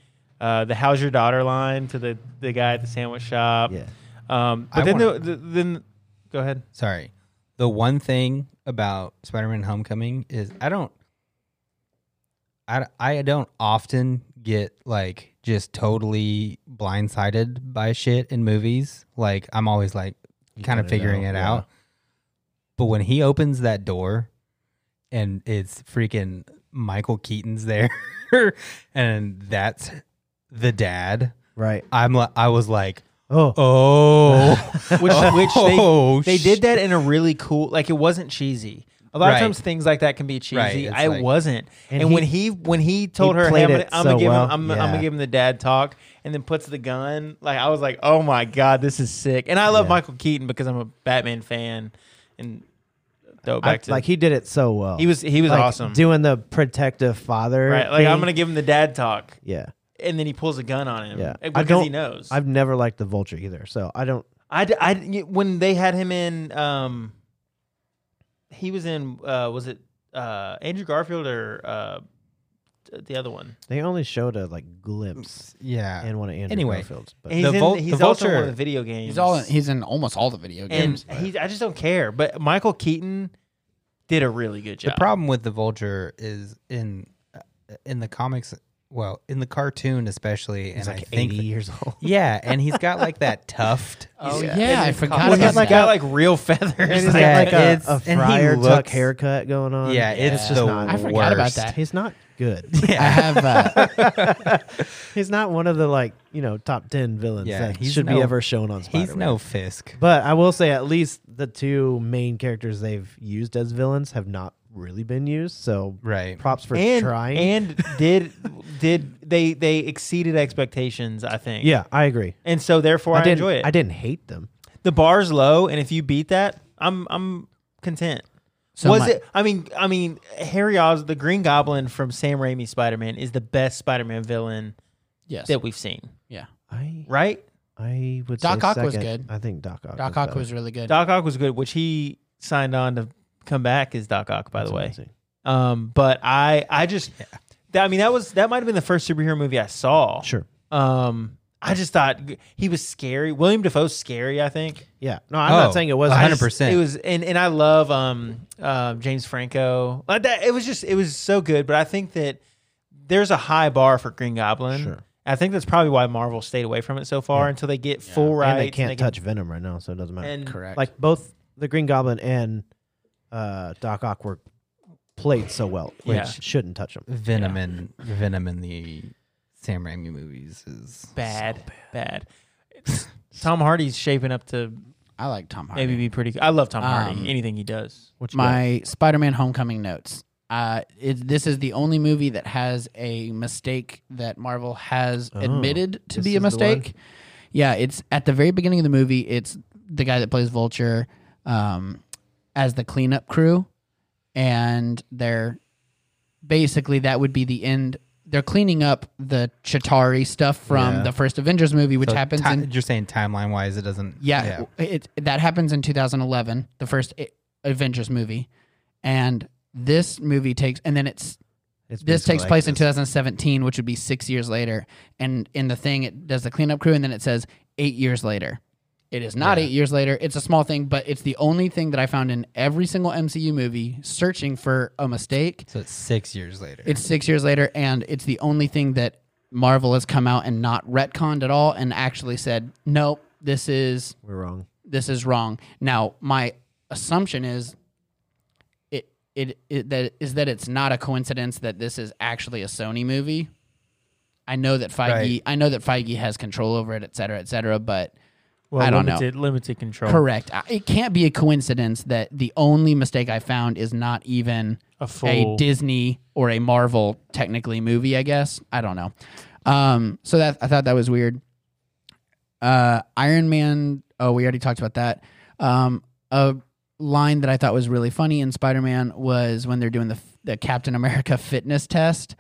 Speaker 2: uh, the "How's your daughter?" line to the the guy at the sandwich shop.
Speaker 4: Yeah.
Speaker 2: Um, but
Speaker 3: I
Speaker 2: then
Speaker 3: wanna-
Speaker 2: the, the, then go ahead.
Speaker 3: Sorry. The one thing about Spider-Man: Homecoming is I don't, I I don't often get like just totally blindsided by shit in movies. Like I'm always like
Speaker 4: You
Speaker 3: kind of
Speaker 4: kinda
Speaker 3: figuring
Speaker 4: know,
Speaker 3: it
Speaker 4: yeah.
Speaker 3: out. But when he opens that door, and it's freaking Michael Keaton's there, and that's the dad.
Speaker 4: Right.
Speaker 3: I'm like, I was like,
Speaker 4: Oh,
Speaker 3: oh,
Speaker 2: Which which they
Speaker 3: oh,
Speaker 2: they
Speaker 3: sh-
Speaker 2: did that in a really cool like it wasn't cheesy. A lot of
Speaker 3: Right.
Speaker 2: times things like that can be cheesy.
Speaker 3: it's
Speaker 2: I
Speaker 3: like-
Speaker 2: wasn't. And,
Speaker 4: And
Speaker 2: when he when he told her, hey,
Speaker 4: played
Speaker 2: I'm gonna,
Speaker 4: it
Speaker 2: I'm gonna
Speaker 4: so
Speaker 2: give
Speaker 4: well.
Speaker 2: him I'm, I'm gonna
Speaker 4: Yeah.
Speaker 2: give him the dad talk, and then puts the gun. Like I was like, oh my god, this is sick. And I love
Speaker 4: Yeah.
Speaker 2: Michael Keaton because I'm a Batman fan. And though
Speaker 4: I-
Speaker 2: back to
Speaker 4: like he did it so well.
Speaker 2: he was he was
Speaker 4: Like,
Speaker 2: awesome.
Speaker 4: doing the protective father.
Speaker 2: right, like I'm
Speaker 4: thing.
Speaker 2: gonna give him the dad talk,
Speaker 4: Yeah,
Speaker 2: and then he pulls a gun on him.
Speaker 4: Yeah. I
Speaker 2: because he
Speaker 4: don't-
Speaker 2: knows.
Speaker 4: I've never liked the vulture either, so I don't.
Speaker 2: I, d- I d- when they had him in um he was in uh was it uh Andrew Garfield or uh th- the other one
Speaker 4: They only showed a like glimpse
Speaker 3: Yeah.
Speaker 4: in one of Andrew
Speaker 3: Anyway.
Speaker 4: Garfield's. But
Speaker 2: And he's
Speaker 3: The
Speaker 2: in
Speaker 3: Vul-
Speaker 2: he's
Speaker 3: the
Speaker 2: also in one of
Speaker 3: Vulture.
Speaker 2: the video games
Speaker 5: He's all. He's in almost all the video
Speaker 2: and
Speaker 5: games.
Speaker 2: he I just don't care but Michael Keaton did a really good job
Speaker 3: The problem with the vulture is in uh, in the comics, well, in the cartoon especially, and
Speaker 4: he's like
Speaker 3: I think
Speaker 4: 80 years old.
Speaker 3: yeah, and he's got like that tuft.
Speaker 5: Oh, yeah.
Speaker 2: And
Speaker 5: Yeah, I
Speaker 2: he's
Speaker 5: forgot
Speaker 2: got- he's
Speaker 5: about
Speaker 2: got
Speaker 5: that.
Speaker 2: like real feathers
Speaker 4: He's got
Speaker 3: Yeah,
Speaker 4: like a,
Speaker 3: it's-
Speaker 4: a
Speaker 3: and he
Speaker 4: friar tuck
Speaker 3: looks-
Speaker 4: haircut going on.
Speaker 3: Yeah, it's
Speaker 4: just
Speaker 3: the
Speaker 4: not.
Speaker 5: I forgot about
Speaker 3: worst.
Speaker 5: that.
Speaker 4: He's not good.
Speaker 5: I have. Uh,
Speaker 4: He's not one of the like you know top ten villains
Speaker 3: Yeah,
Speaker 4: that
Speaker 3: he's
Speaker 4: should
Speaker 3: no-
Speaker 4: be ever shown on Spider-Man.
Speaker 3: He's no Fisk.
Speaker 4: But I will say, at least the two main characters they've used as villains have not really been used. So
Speaker 3: Right.
Speaker 4: props for
Speaker 2: and
Speaker 4: trying.
Speaker 2: and did did they they exceeded expectations I think
Speaker 4: yeah, I agree.
Speaker 2: and so therefore I,
Speaker 4: didn't,
Speaker 2: enjoy it
Speaker 4: I didn't hate them.
Speaker 2: the bar's low, and if you beat that, I'm I'm content.
Speaker 5: So
Speaker 2: was
Speaker 5: my-
Speaker 2: it? I mean, I mean, Harry Oz, the Green Goblin from Sam Raimi's Spider Man, is the best Spider Man villain
Speaker 5: yes.
Speaker 2: that we've seen,
Speaker 5: yeah.
Speaker 4: I
Speaker 2: right?
Speaker 4: I would.
Speaker 5: Doc
Speaker 4: say
Speaker 5: Ock was
Speaker 4: second.
Speaker 5: good.
Speaker 4: I think Doc Ock.
Speaker 5: Doc
Speaker 4: was
Speaker 5: Ock
Speaker 4: better.
Speaker 5: was really good.
Speaker 2: Doc Ock was good, which he signed on to come back as Doc Ock, by
Speaker 4: That's
Speaker 2: the way.
Speaker 4: amazing.
Speaker 2: Um, but I, I just, that, I mean, that was that might have been the first superhero movie I saw.
Speaker 4: Sure.
Speaker 2: Um, I just thought he was scary. William Defoe's scary. I think.
Speaker 4: Yeah. No, I'm
Speaker 3: Oh,
Speaker 4: not saying it wasn't.
Speaker 2: I
Speaker 3: 100%.
Speaker 2: just- It was, and and I love um uh, James Franco. Like that, it was just it was so good. But I think that there's a high bar for Green Goblin.
Speaker 4: Sure.
Speaker 2: I think that's probably why Marvel stayed away from it so far until they get full rights.
Speaker 4: and they can't touch Venom right now, so it doesn't matter.
Speaker 2: And
Speaker 5: Correct.
Speaker 4: like both the Green Goblin and uh, Doc Ock were played so well, which
Speaker 2: Yeah.
Speaker 4: shouldn't touch them.
Speaker 3: Venom in Venom in the Sam Raimi movies is
Speaker 2: bad, bad. Tom Hardy's shaping up to
Speaker 5: I like Tom Hardy.
Speaker 2: maybe be pretty. I love Tom
Speaker 5: Um,
Speaker 2: Hardy. Anything he does.
Speaker 4: Which
Speaker 5: my Spider-Man: Homecoming notes. Uh, it, this is the only movie that has a mistake that Marvel has admitted
Speaker 4: Oh,
Speaker 5: to
Speaker 4: this
Speaker 5: be a
Speaker 4: is the one?
Speaker 5: mistake. Yeah, it's at the very beginning of the movie. It's the guy that plays Vulture um, as the cleanup crew, and they're basically that would be the end. They're cleaning up the Chitari stuff from
Speaker 4: Yeah.
Speaker 5: the first Avengers movie, which
Speaker 3: So
Speaker 5: happens
Speaker 3: ti-
Speaker 5: in
Speaker 3: you're saying timeline wise it doesn't
Speaker 5: yeah, It, that happens in 2011, the first A- Avengers movie, and this movie takes, and then it's
Speaker 4: It's
Speaker 5: this
Speaker 4: basically
Speaker 5: takes
Speaker 4: like
Speaker 5: place in
Speaker 4: this.
Speaker 5: 2017, which would be six years later. And in the thing, it does the cleanup crew, and then it says eight years later. It is not eight years later. It's a small thing, but it's the only thing that I found in every single MCU movie searching for a mistake.
Speaker 3: So it's six years later.
Speaker 5: It's six years later, and it's the only thing that Marvel has come out and not retconned at all, and actually said, "Nope, this is
Speaker 4: We're wrong.
Speaker 5: this is wrong." Now, my assumption is it it, it that is that it's not a coincidence that this is actually a Sony movie. I know that Feige,
Speaker 3: Right.
Speaker 5: I know that Feige has control over it, et cetera, et cetera, but
Speaker 2: Well,
Speaker 5: I don't know.
Speaker 2: limited, Limited control.
Speaker 5: correct. I- It can't be a coincidence that the only mistake I found is not even
Speaker 2: A full.
Speaker 5: a Disney or a Marvel technically movie, I guess. I don't know. Um, so that I thought that was weird. Uh, Iron Man. Oh, we already talked about that. Um, a line that I thought was really funny in Spider Man was when they're doing the the Captain America fitness test,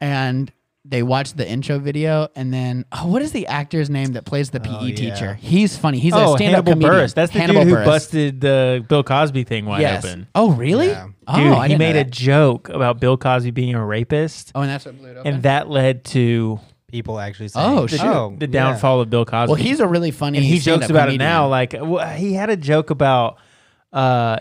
Speaker 5: and they watch the intro video, and then oh, what is the actor's name that plays the PE
Speaker 3: Oh, yeah.
Speaker 5: teacher? He's funny. He's
Speaker 2: oh,
Speaker 5: a stand up
Speaker 2: Hannibal
Speaker 5: comedian.
Speaker 2: Buress. That's the
Speaker 5: Hannibal
Speaker 2: dude who
Speaker 5: Buress.
Speaker 2: busted the Bill Cosby thing wide
Speaker 5: yes.
Speaker 2: open.
Speaker 5: Oh, really?
Speaker 3: Yeah.
Speaker 5: Oh,
Speaker 2: Dude,
Speaker 5: I
Speaker 2: he
Speaker 5: didn't know
Speaker 2: made a
Speaker 5: that.
Speaker 2: joke about Bill Cosby being a rapist,
Speaker 5: Oh, and that's what blew it open.
Speaker 2: and that led to
Speaker 3: People actually say,
Speaker 5: Oh,
Speaker 2: the,
Speaker 5: shit.
Speaker 2: the downfall of Bill Cosby.
Speaker 5: Well, he's a really funny.
Speaker 2: and he jokes
Speaker 5: stand-up
Speaker 2: about
Speaker 5: comedian.
Speaker 2: it now. Like well, he had a joke about uh,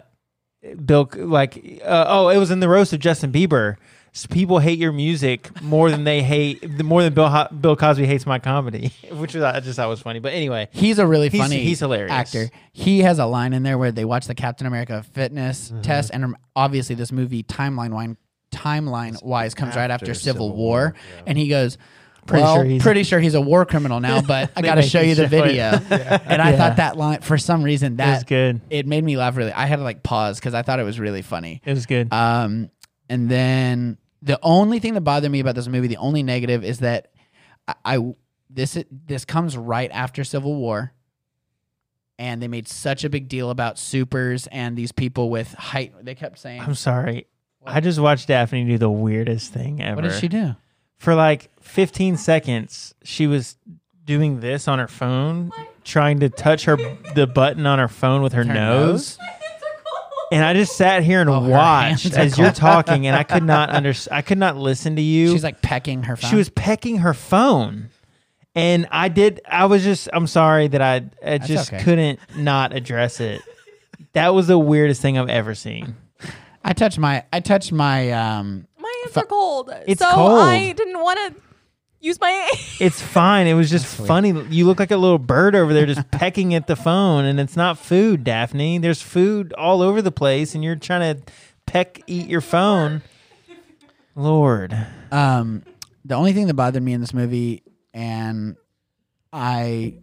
Speaker 2: Bill, like uh, oh, it was in the roast of Justin Bieber. S- People hate your music more than they hate the more than Bill Ho- Bill Cosby hates my comedy, which was, I just thought was funny. But anyway,
Speaker 5: He's a really
Speaker 2: He's-
Speaker 5: funny.
Speaker 2: he's hilarious.
Speaker 5: actor. He has a line in there where they watch the Captain America fitness
Speaker 2: Mm-hmm.
Speaker 5: test, and um, obviously this movie timeline wine timeline wise comes right after Civil, War, and he goes.
Speaker 2: Pretty
Speaker 5: well,
Speaker 2: sure he's-
Speaker 5: pretty sure he's a war criminal now, but I
Speaker 2: They
Speaker 5: got to
Speaker 2: make
Speaker 5: show
Speaker 2: you
Speaker 5: you the
Speaker 2: show it.
Speaker 5: video. And I
Speaker 2: Yeah.
Speaker 5: thought that line, for some reason,
Speaker 2: that was
Speaker 5: that
Speaker 2: good.
Speaker 5: it made me laugh really. I had to like pause because I thought it was really funny.
Speaker 2: It was good.
Speaker 5: Um, and then the only thing that bothered me about this movie, the only negative, is that I, I this this comes right after Civil War, and they made such a big deal about supers and these people with height. They kept saying,
Speaker 2: I'm sorry. I just watched Daphne do the weirdest thing ever.
Speaker 5: "What did she do?"
Speaker 2: For like 15 seconds, she was doing this on her phone, trying to touch her the button on her phone with her,
Speaker 5: her
Speaker 2: nose. And I just sat here and
Speaker 5: Oh, her
Speaker 2: watched
Speaker 5: hands are
Speaker 2: as you're talking, and I could not under I could not listen to you.
Speaker 5: She's like pecking her phone.
Speaker 2: she was pecking her phone, and I did. I was just. I'm sorry that I I just
Speaker 5: okay.
Speaker 2: couldn't not address it. That was the weirdest thing I've ever seen.
Speaker 5: I touched my. I touched my. Um.
Speaker 1: My hands are cold.
Speaker 2: It's
Speaker 1: so
Speaker 2: cold.
Speaker 1: I didn't want to use my.
Speaker 2: It's fine. It was just funny. You look like a little bird over there just pecking at the phone, and it's not food, Daphne. There's food all over the place, and you're trying to peck eat your phone. Lord,
Speaker 5: Um. The only thing that bothered me in this movie, and I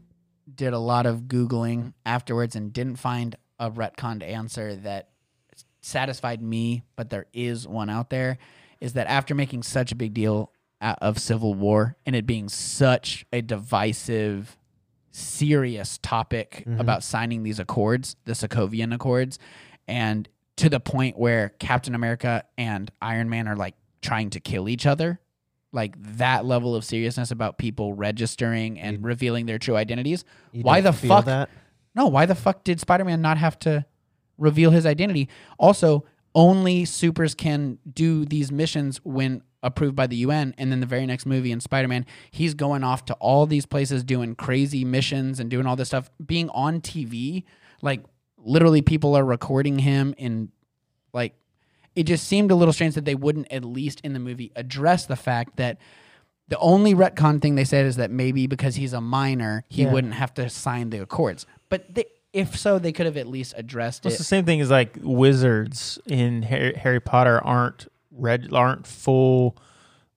Speaker 5: did a lot of googling afterwards and didn't find a retconned answer that satisfied me, but there is one out there, is that after making such a big deal out of Civil War and it being such a divisive, serious topic
Speaker 4: Mm-hmm.
Speaker 5: about signing these accords, the Sokovian Accords, and to the point where Captain America and Iron Man are like trying to kill each other. Like that level of seriousness about people registering and revealing their true identities.
Speaker 4: You
Speaker 5: Why
Speaker 4: don't
Speaker 5: the
Speaker 4: feel
Speaker 5: fuck?
Speaker 4: That?
Speaker 5: No, why the fuck did Spider Man not have to reveal his identity? Also, only supers can do these missions when approved by the UN. And then the very next movie in Spider Man, he's going off to all these places doing crazy missions and doing all this stuff, being on TV. Like, literally, people are recording him in, like, it just seemed a little strange that they wouldn't, at least in the movie, address the fact that. The only retcon thing they said is that maybe because he's a minor, he
Speaker 2: Yeah.
Speaker 5: wouldn't have to sign the accords. But they, if so, they could have at least addressed
Speaker 2: it's
Speaker 5: it.
Speaker 2: the same thing as like wizards in Harry, Harry Potter aren't red aren't full.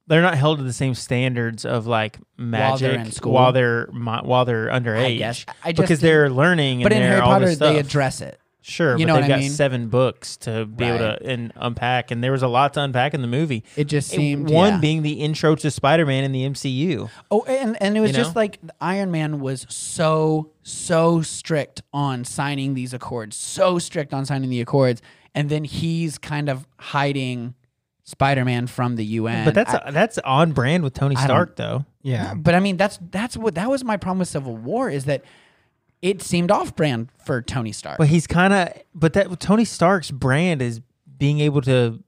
Speaker 2: They're not held to the same standards of like
Speaker 5: While
Speaker 2: magic
Speaker 5: they're in school?
Speaker 2: while they're mi- while they're underage.
Speaker 5: guess. I just
Speaker 2: because
Speaker 5: didn't-
Speaker 2: they're learning.
Speaker 5: but
Speaker 2: and
Speaker 5: in
Speaker 2: they're
Speaker 5: Harry
Speaker 2: all this
Speaker 5: Potter, they
Speaker 2: stuff.
Speaker 5: address it.
Speaker 2: Sure,
Speaker 5: You
Speaker 2: but
Speaker 5: know
Speaker 2: they've
Speaker 5: what I
Speaker 2: got
Speaker 5: mean?
Speaker 2: seven books to be able
Speaker 5: Right.
Speaker 2: to and unpack, and there was a lot to unpack in the movie.
Speaker 5: It just seemed
Speaker 2: one
Speaker 5: yeah.
Speaker 2: being the intro to Spider-Man in the MCU.
Speaker 5: Oh, and and it was
Speaker 2: You
Speaker 5: just
Speaker 2: know?
Speaker 5: like the Iron Man was so so strict on signing these accords, so strict on signing the accords, and then he's kind of hiding Spider-Man from the UN.
Speaker 2: But that's
Speaker 5: I-
Speaker 2: that's on brand with Tony
Speaker 5: I don't-
Speaker 2: Stark, though.
Speaker 3: Oh, Yeah.
Speaker 5: but I mean that's that's what that was my problem with Civil War is that it seemed off-brand for Tony Stark.
Speaker 2: But he's kind of but that Tony Stark's brand is being able to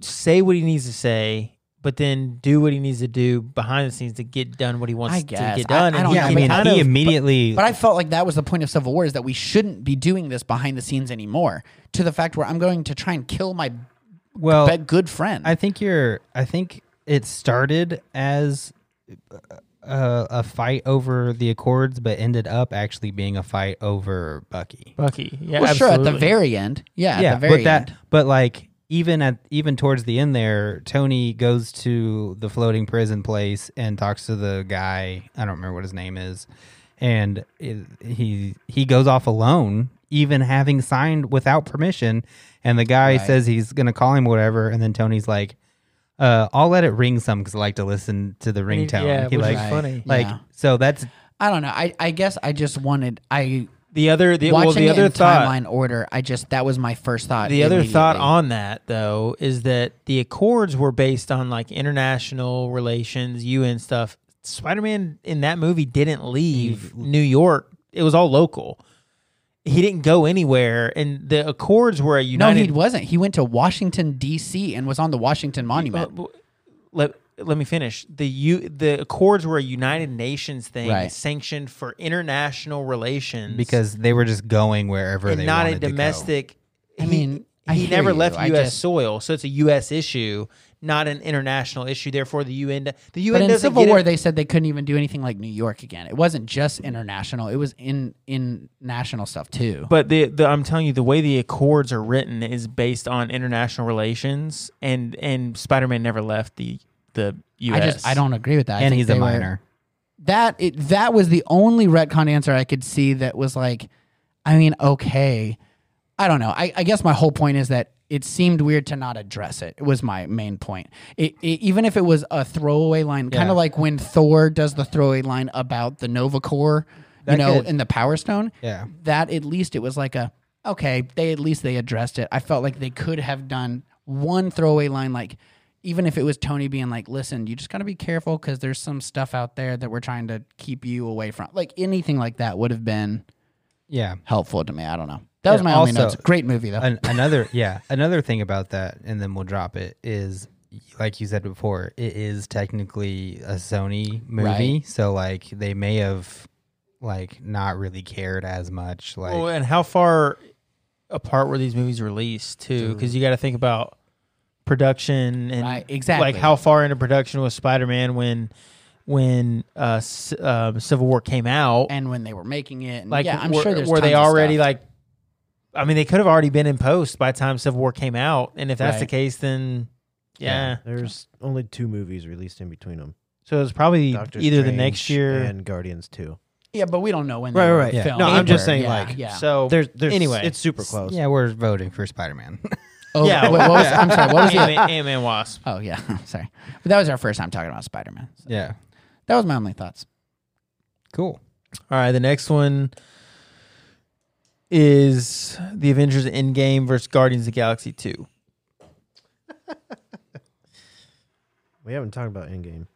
Speaker 2: say what he needs to say, but but then do what he needs to do behind the scenes to get done what he wants
Speaker 5: I
Speaker 2: to
Speaker 5: guess.
Speaker 2: get done.
Speaker 5: I- I
Speaker 2: and
Speaker 5: don't
Speaker 2: he
Speaker 5: know.
Speaker 3: yeah, I
Speaker 2: can
Speaker 3: mean,
Speaker 2: kind
Speaker 3: he
Speaker 2: of-
Speaker 3: immediately.
Speaker 5: But I felt like that was the point of Civil War is that we shouldn't be doing this behind the scenes anymore. To the fact where I'm going to try and kill my
Speaker 3: well,
Speaker 5: be- good friend.
Speaker 3: I think you're. I think it started as a, a fight over the Accords, but ended up actually being a fight over Bucky.
Speaker 2: Bucky. Yeah,
Speaker 5: well, sure, at the
Speaker 2: absolutely.
Speaker 5: very end. Yeah, at the very
Speaker 3: but that,
Speaker 5: end.
Speaker 3: but like even at even towards the end there, Tony goes to the floating prison place and talks to the guy. I don't remember what his name is, and it, he he goes off alone, even having signed without permission. And the guy
Speaker 5: Right.
Speaker 3: says he's gonna call him whatever, and then Tony's like. Uh, I'll let it ring some because I like to listen to the
Speaker 2: And he-
Speaker 3: ringtone.
Speaker 2: Yeah,
Speaker 3: he
Speaker 2: which
Speaker 3: like,
Speaker 2: is funny.
Speaker 3: like
Speaker 5: Yeah.
Speaker 3: so that's
Speaker 5: I don't know. I, I guess I just wanted I
Speaker 2: The other, the,
Speaker 5: watching
Speaker 2: well, the
Speaker 5: it
Speaker 2: other
Speaker 5: in
Speaker 2: thought,
Speaker 5: timeline order. I just that was my first thought.
Speaker 2: the other thought
Speaker 5: immediately.
Speaker 2: on that though is that the accords were based on like international relations, UN stuff. Spider-Man in that movie didn't leave New York. It was all local. He didn't go anywhere, and the accords were a
Speaker 5: No,
Speaker 2: united.
Speaker 5: he wasn't. He went to Washington D.C. and was on the Washington Monument.
Speaker 2: Well, Uh, w- let let me finish. The U, the accords were a United Nations thing
Speaker 5: Right.
Speaker 2: sanctioned for international relations
Speaker 3: because they were just going wherever
Speaker 2: and
Speaker 3: they
Speaker 2: not a
Speaker 3: wanted to go.
Speaker 2: domestic.
Speaker 5: I
Speaker 2: he-
Speaker 5: mean, I
Speaker 2: he
Speaker 5: hear
Speaker 2: never
Speaker 5: you.
Speaker 2: left
Speaker 5: I
Speaker 2: U.S.
Speaker 5: just-
Speaker 2: soil, so it's a U.S. issue, not an international issue. Therefore, the UN d- the UN
Speaker 5: But in
Speaker 2: doesn't
Speaker 5: Civil
Speaker 2: get
Speaker 5: War,
Speaker 2: it.
Speaker 5: they said they couldn't even do anything like New York again. It wasn't just international; it was in in national stuff too.
Speaker 2: But the, the I'm telling you, the way the accords are written is based on international relations, and and Spider-Man never left the the U.S.
Speaker 5: I just I don't agree with that. I
Speaker 3: and
Speaker 5: think
Speaker 3: he's a
Speaker 5: they were-
Speaker 3: minor.
Speaker 5: that it, that was the only retcon answer I could see that was like, I mean, okay, I don't know. I, I guess my whole point is that it seemed weird to not address it. It was my main point. It, it, even if it was a throwaway line, kind
Speaker 3: Yeah.
Speaker 5: of like when Thor does the throwaway line about the Nova Corps, you
Speaker 3: That
Speaker 5: know,
Speaker 3: could-
Speaker 5: in the Power Stone.
Speaker 3: Yeah.
Speaker 5: That at least it was like a okay. They at least they addressed it. I felt like they could have done one throwaway line like. Even if it was Tony being like, "Listen, you just got to be careful because there's some stuff out there that we're trying to keep you away from." Like anything like that would have been
Speaker 3: Yeah.
Speaker 5: helpful to me. I don't know. That was
Speaker 3: And
Speaker 5: my only
Speaker 3: also-
Speaker 5: notes. Great movie though.
Speaker 3: An, another yeah another thing about that and then we'll drop it is like you said before it is technically a sony movie
Speaker 5: Right.
Speaker 3: so like they may have like not really cared as much like
Speaker 2: Well, and how far apart were these movies released too? Because you got to think about production and
Speaker 5: Right, exactly.
Speaker 2: like how far into production was Spider Man when when uh, S- um, Civil War came out?
Speaker 5: and when they were making it, and
Speaker 2: like,
Speaker 5: yeah, I'm
Speaker 2: were,
Speaker 5: sure there's
Speaker 2: were they
Speaker 5: tons of
Speaker 2: already
Speaker 5: stuff.
Speaker 2: like? I mean, they could have already been in post by the time Civil War came out, and if that's the
Speaker 5: Right.
Speaker 2: case, then yeah.
Speaker 4: There's only two movies released in between them.
Speaker 2: So it's probably
Speaker 4: Doctor
Speaker 2: E- either the
Speaker 4: Strange
Speaker 2: next year.
Speaker 4: and Guardians 2.
Speaker 5: yeah, but we don't know when.
Speaker 4: Right,
Speaker 5: they were
Speaker 4: right, right.
Speaker 3: Yeah.
Speaker 5: filmed.
Speaker 4: No, I'm just
Speaker 5: Or-
Speaker 4: saying,
Speaker 5: yeah,
Speaker 4: like,
Speaker 5: yeah.
Speaker 2: So
Speaker 4: There's, there's
Speaker 2: anyway,
Speaker 4: it's super close.
Speaker 3: yeah we're voting for spider-man
Speaker 5: Oh,
Speaker 2: Yeah,
Speaker 5: wait, what was- I'm sorry. What was the?
Speaker 2: Ant-Man, Ant-Man Wasp.
Speaker 5: Oh yeah, sorry. But that was our first time talking about Spider Man.
Speaker 3: yeah
Speaker 5: That was my only thoughts.
Speaker 3: cool
Speaker 2: All right, the next one is the Avengers Endgame versus Guardians of the Galaxy 2.
Speaker 4: We haven't talked about Endgame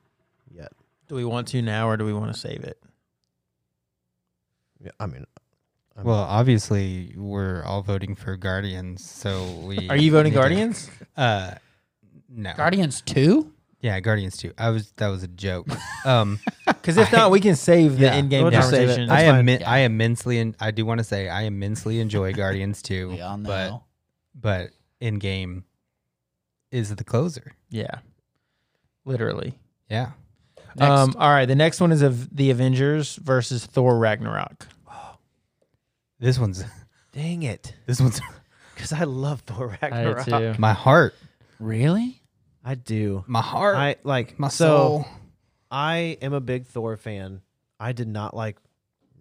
Speaker 4: yet.
Speaker 2: Do we want to now or do we want to save it?
Speaker 4: Yeah, I mean, I'm-
Speaker 3: well obviously we're all voting for guardians so we
Speaker 2: Are you voting
Speaker 3: need to-
Speaker 2: Guardians?
Speaker 3: uh no
Speaker 5: Guardians Two.
Speaker 3: yeah guardians too i was that was a joke um
Speaker 2: Because if not, we can save the
Speaker 3: Yeah.
Speaker 2: Endgame
Speaker 4: We'll just save it.
Speaker 2: conversation.
Speaker 4: That's
Speaker 3: I
Speaker 4: fine.
Speaker 3: am.
Speaker 5: Yeah.
Speaker 3: I immensely. and I do want to say I immensely enjoy Guardians too.
Speaker 5: We all
Speaker 3: But
Speaker 5: know.
Speaker 3: but in game is the closer.
Speaker 2: yeah, literally.
Speaker 3: Yeah.
Speaker 5: Next.
Speaker 2: Um, all right, the next one is of the Avengers versus Thor Ragnarok.
Speaker 3: This one's
Speaker 4: dang it.
Speaker 3: this one's
Speaker 4: Because I love Thor Ragnarok. I,
Speaker 3: my heart.
Speaker 5: really?
Speaker 4: do.
Speaker 3: My heart.
Speaker 4: I like
Speaker 3: my
Speaker 4: so
Speaker 3: soul.
Speaker 4: I am a big Thor fan. I did not like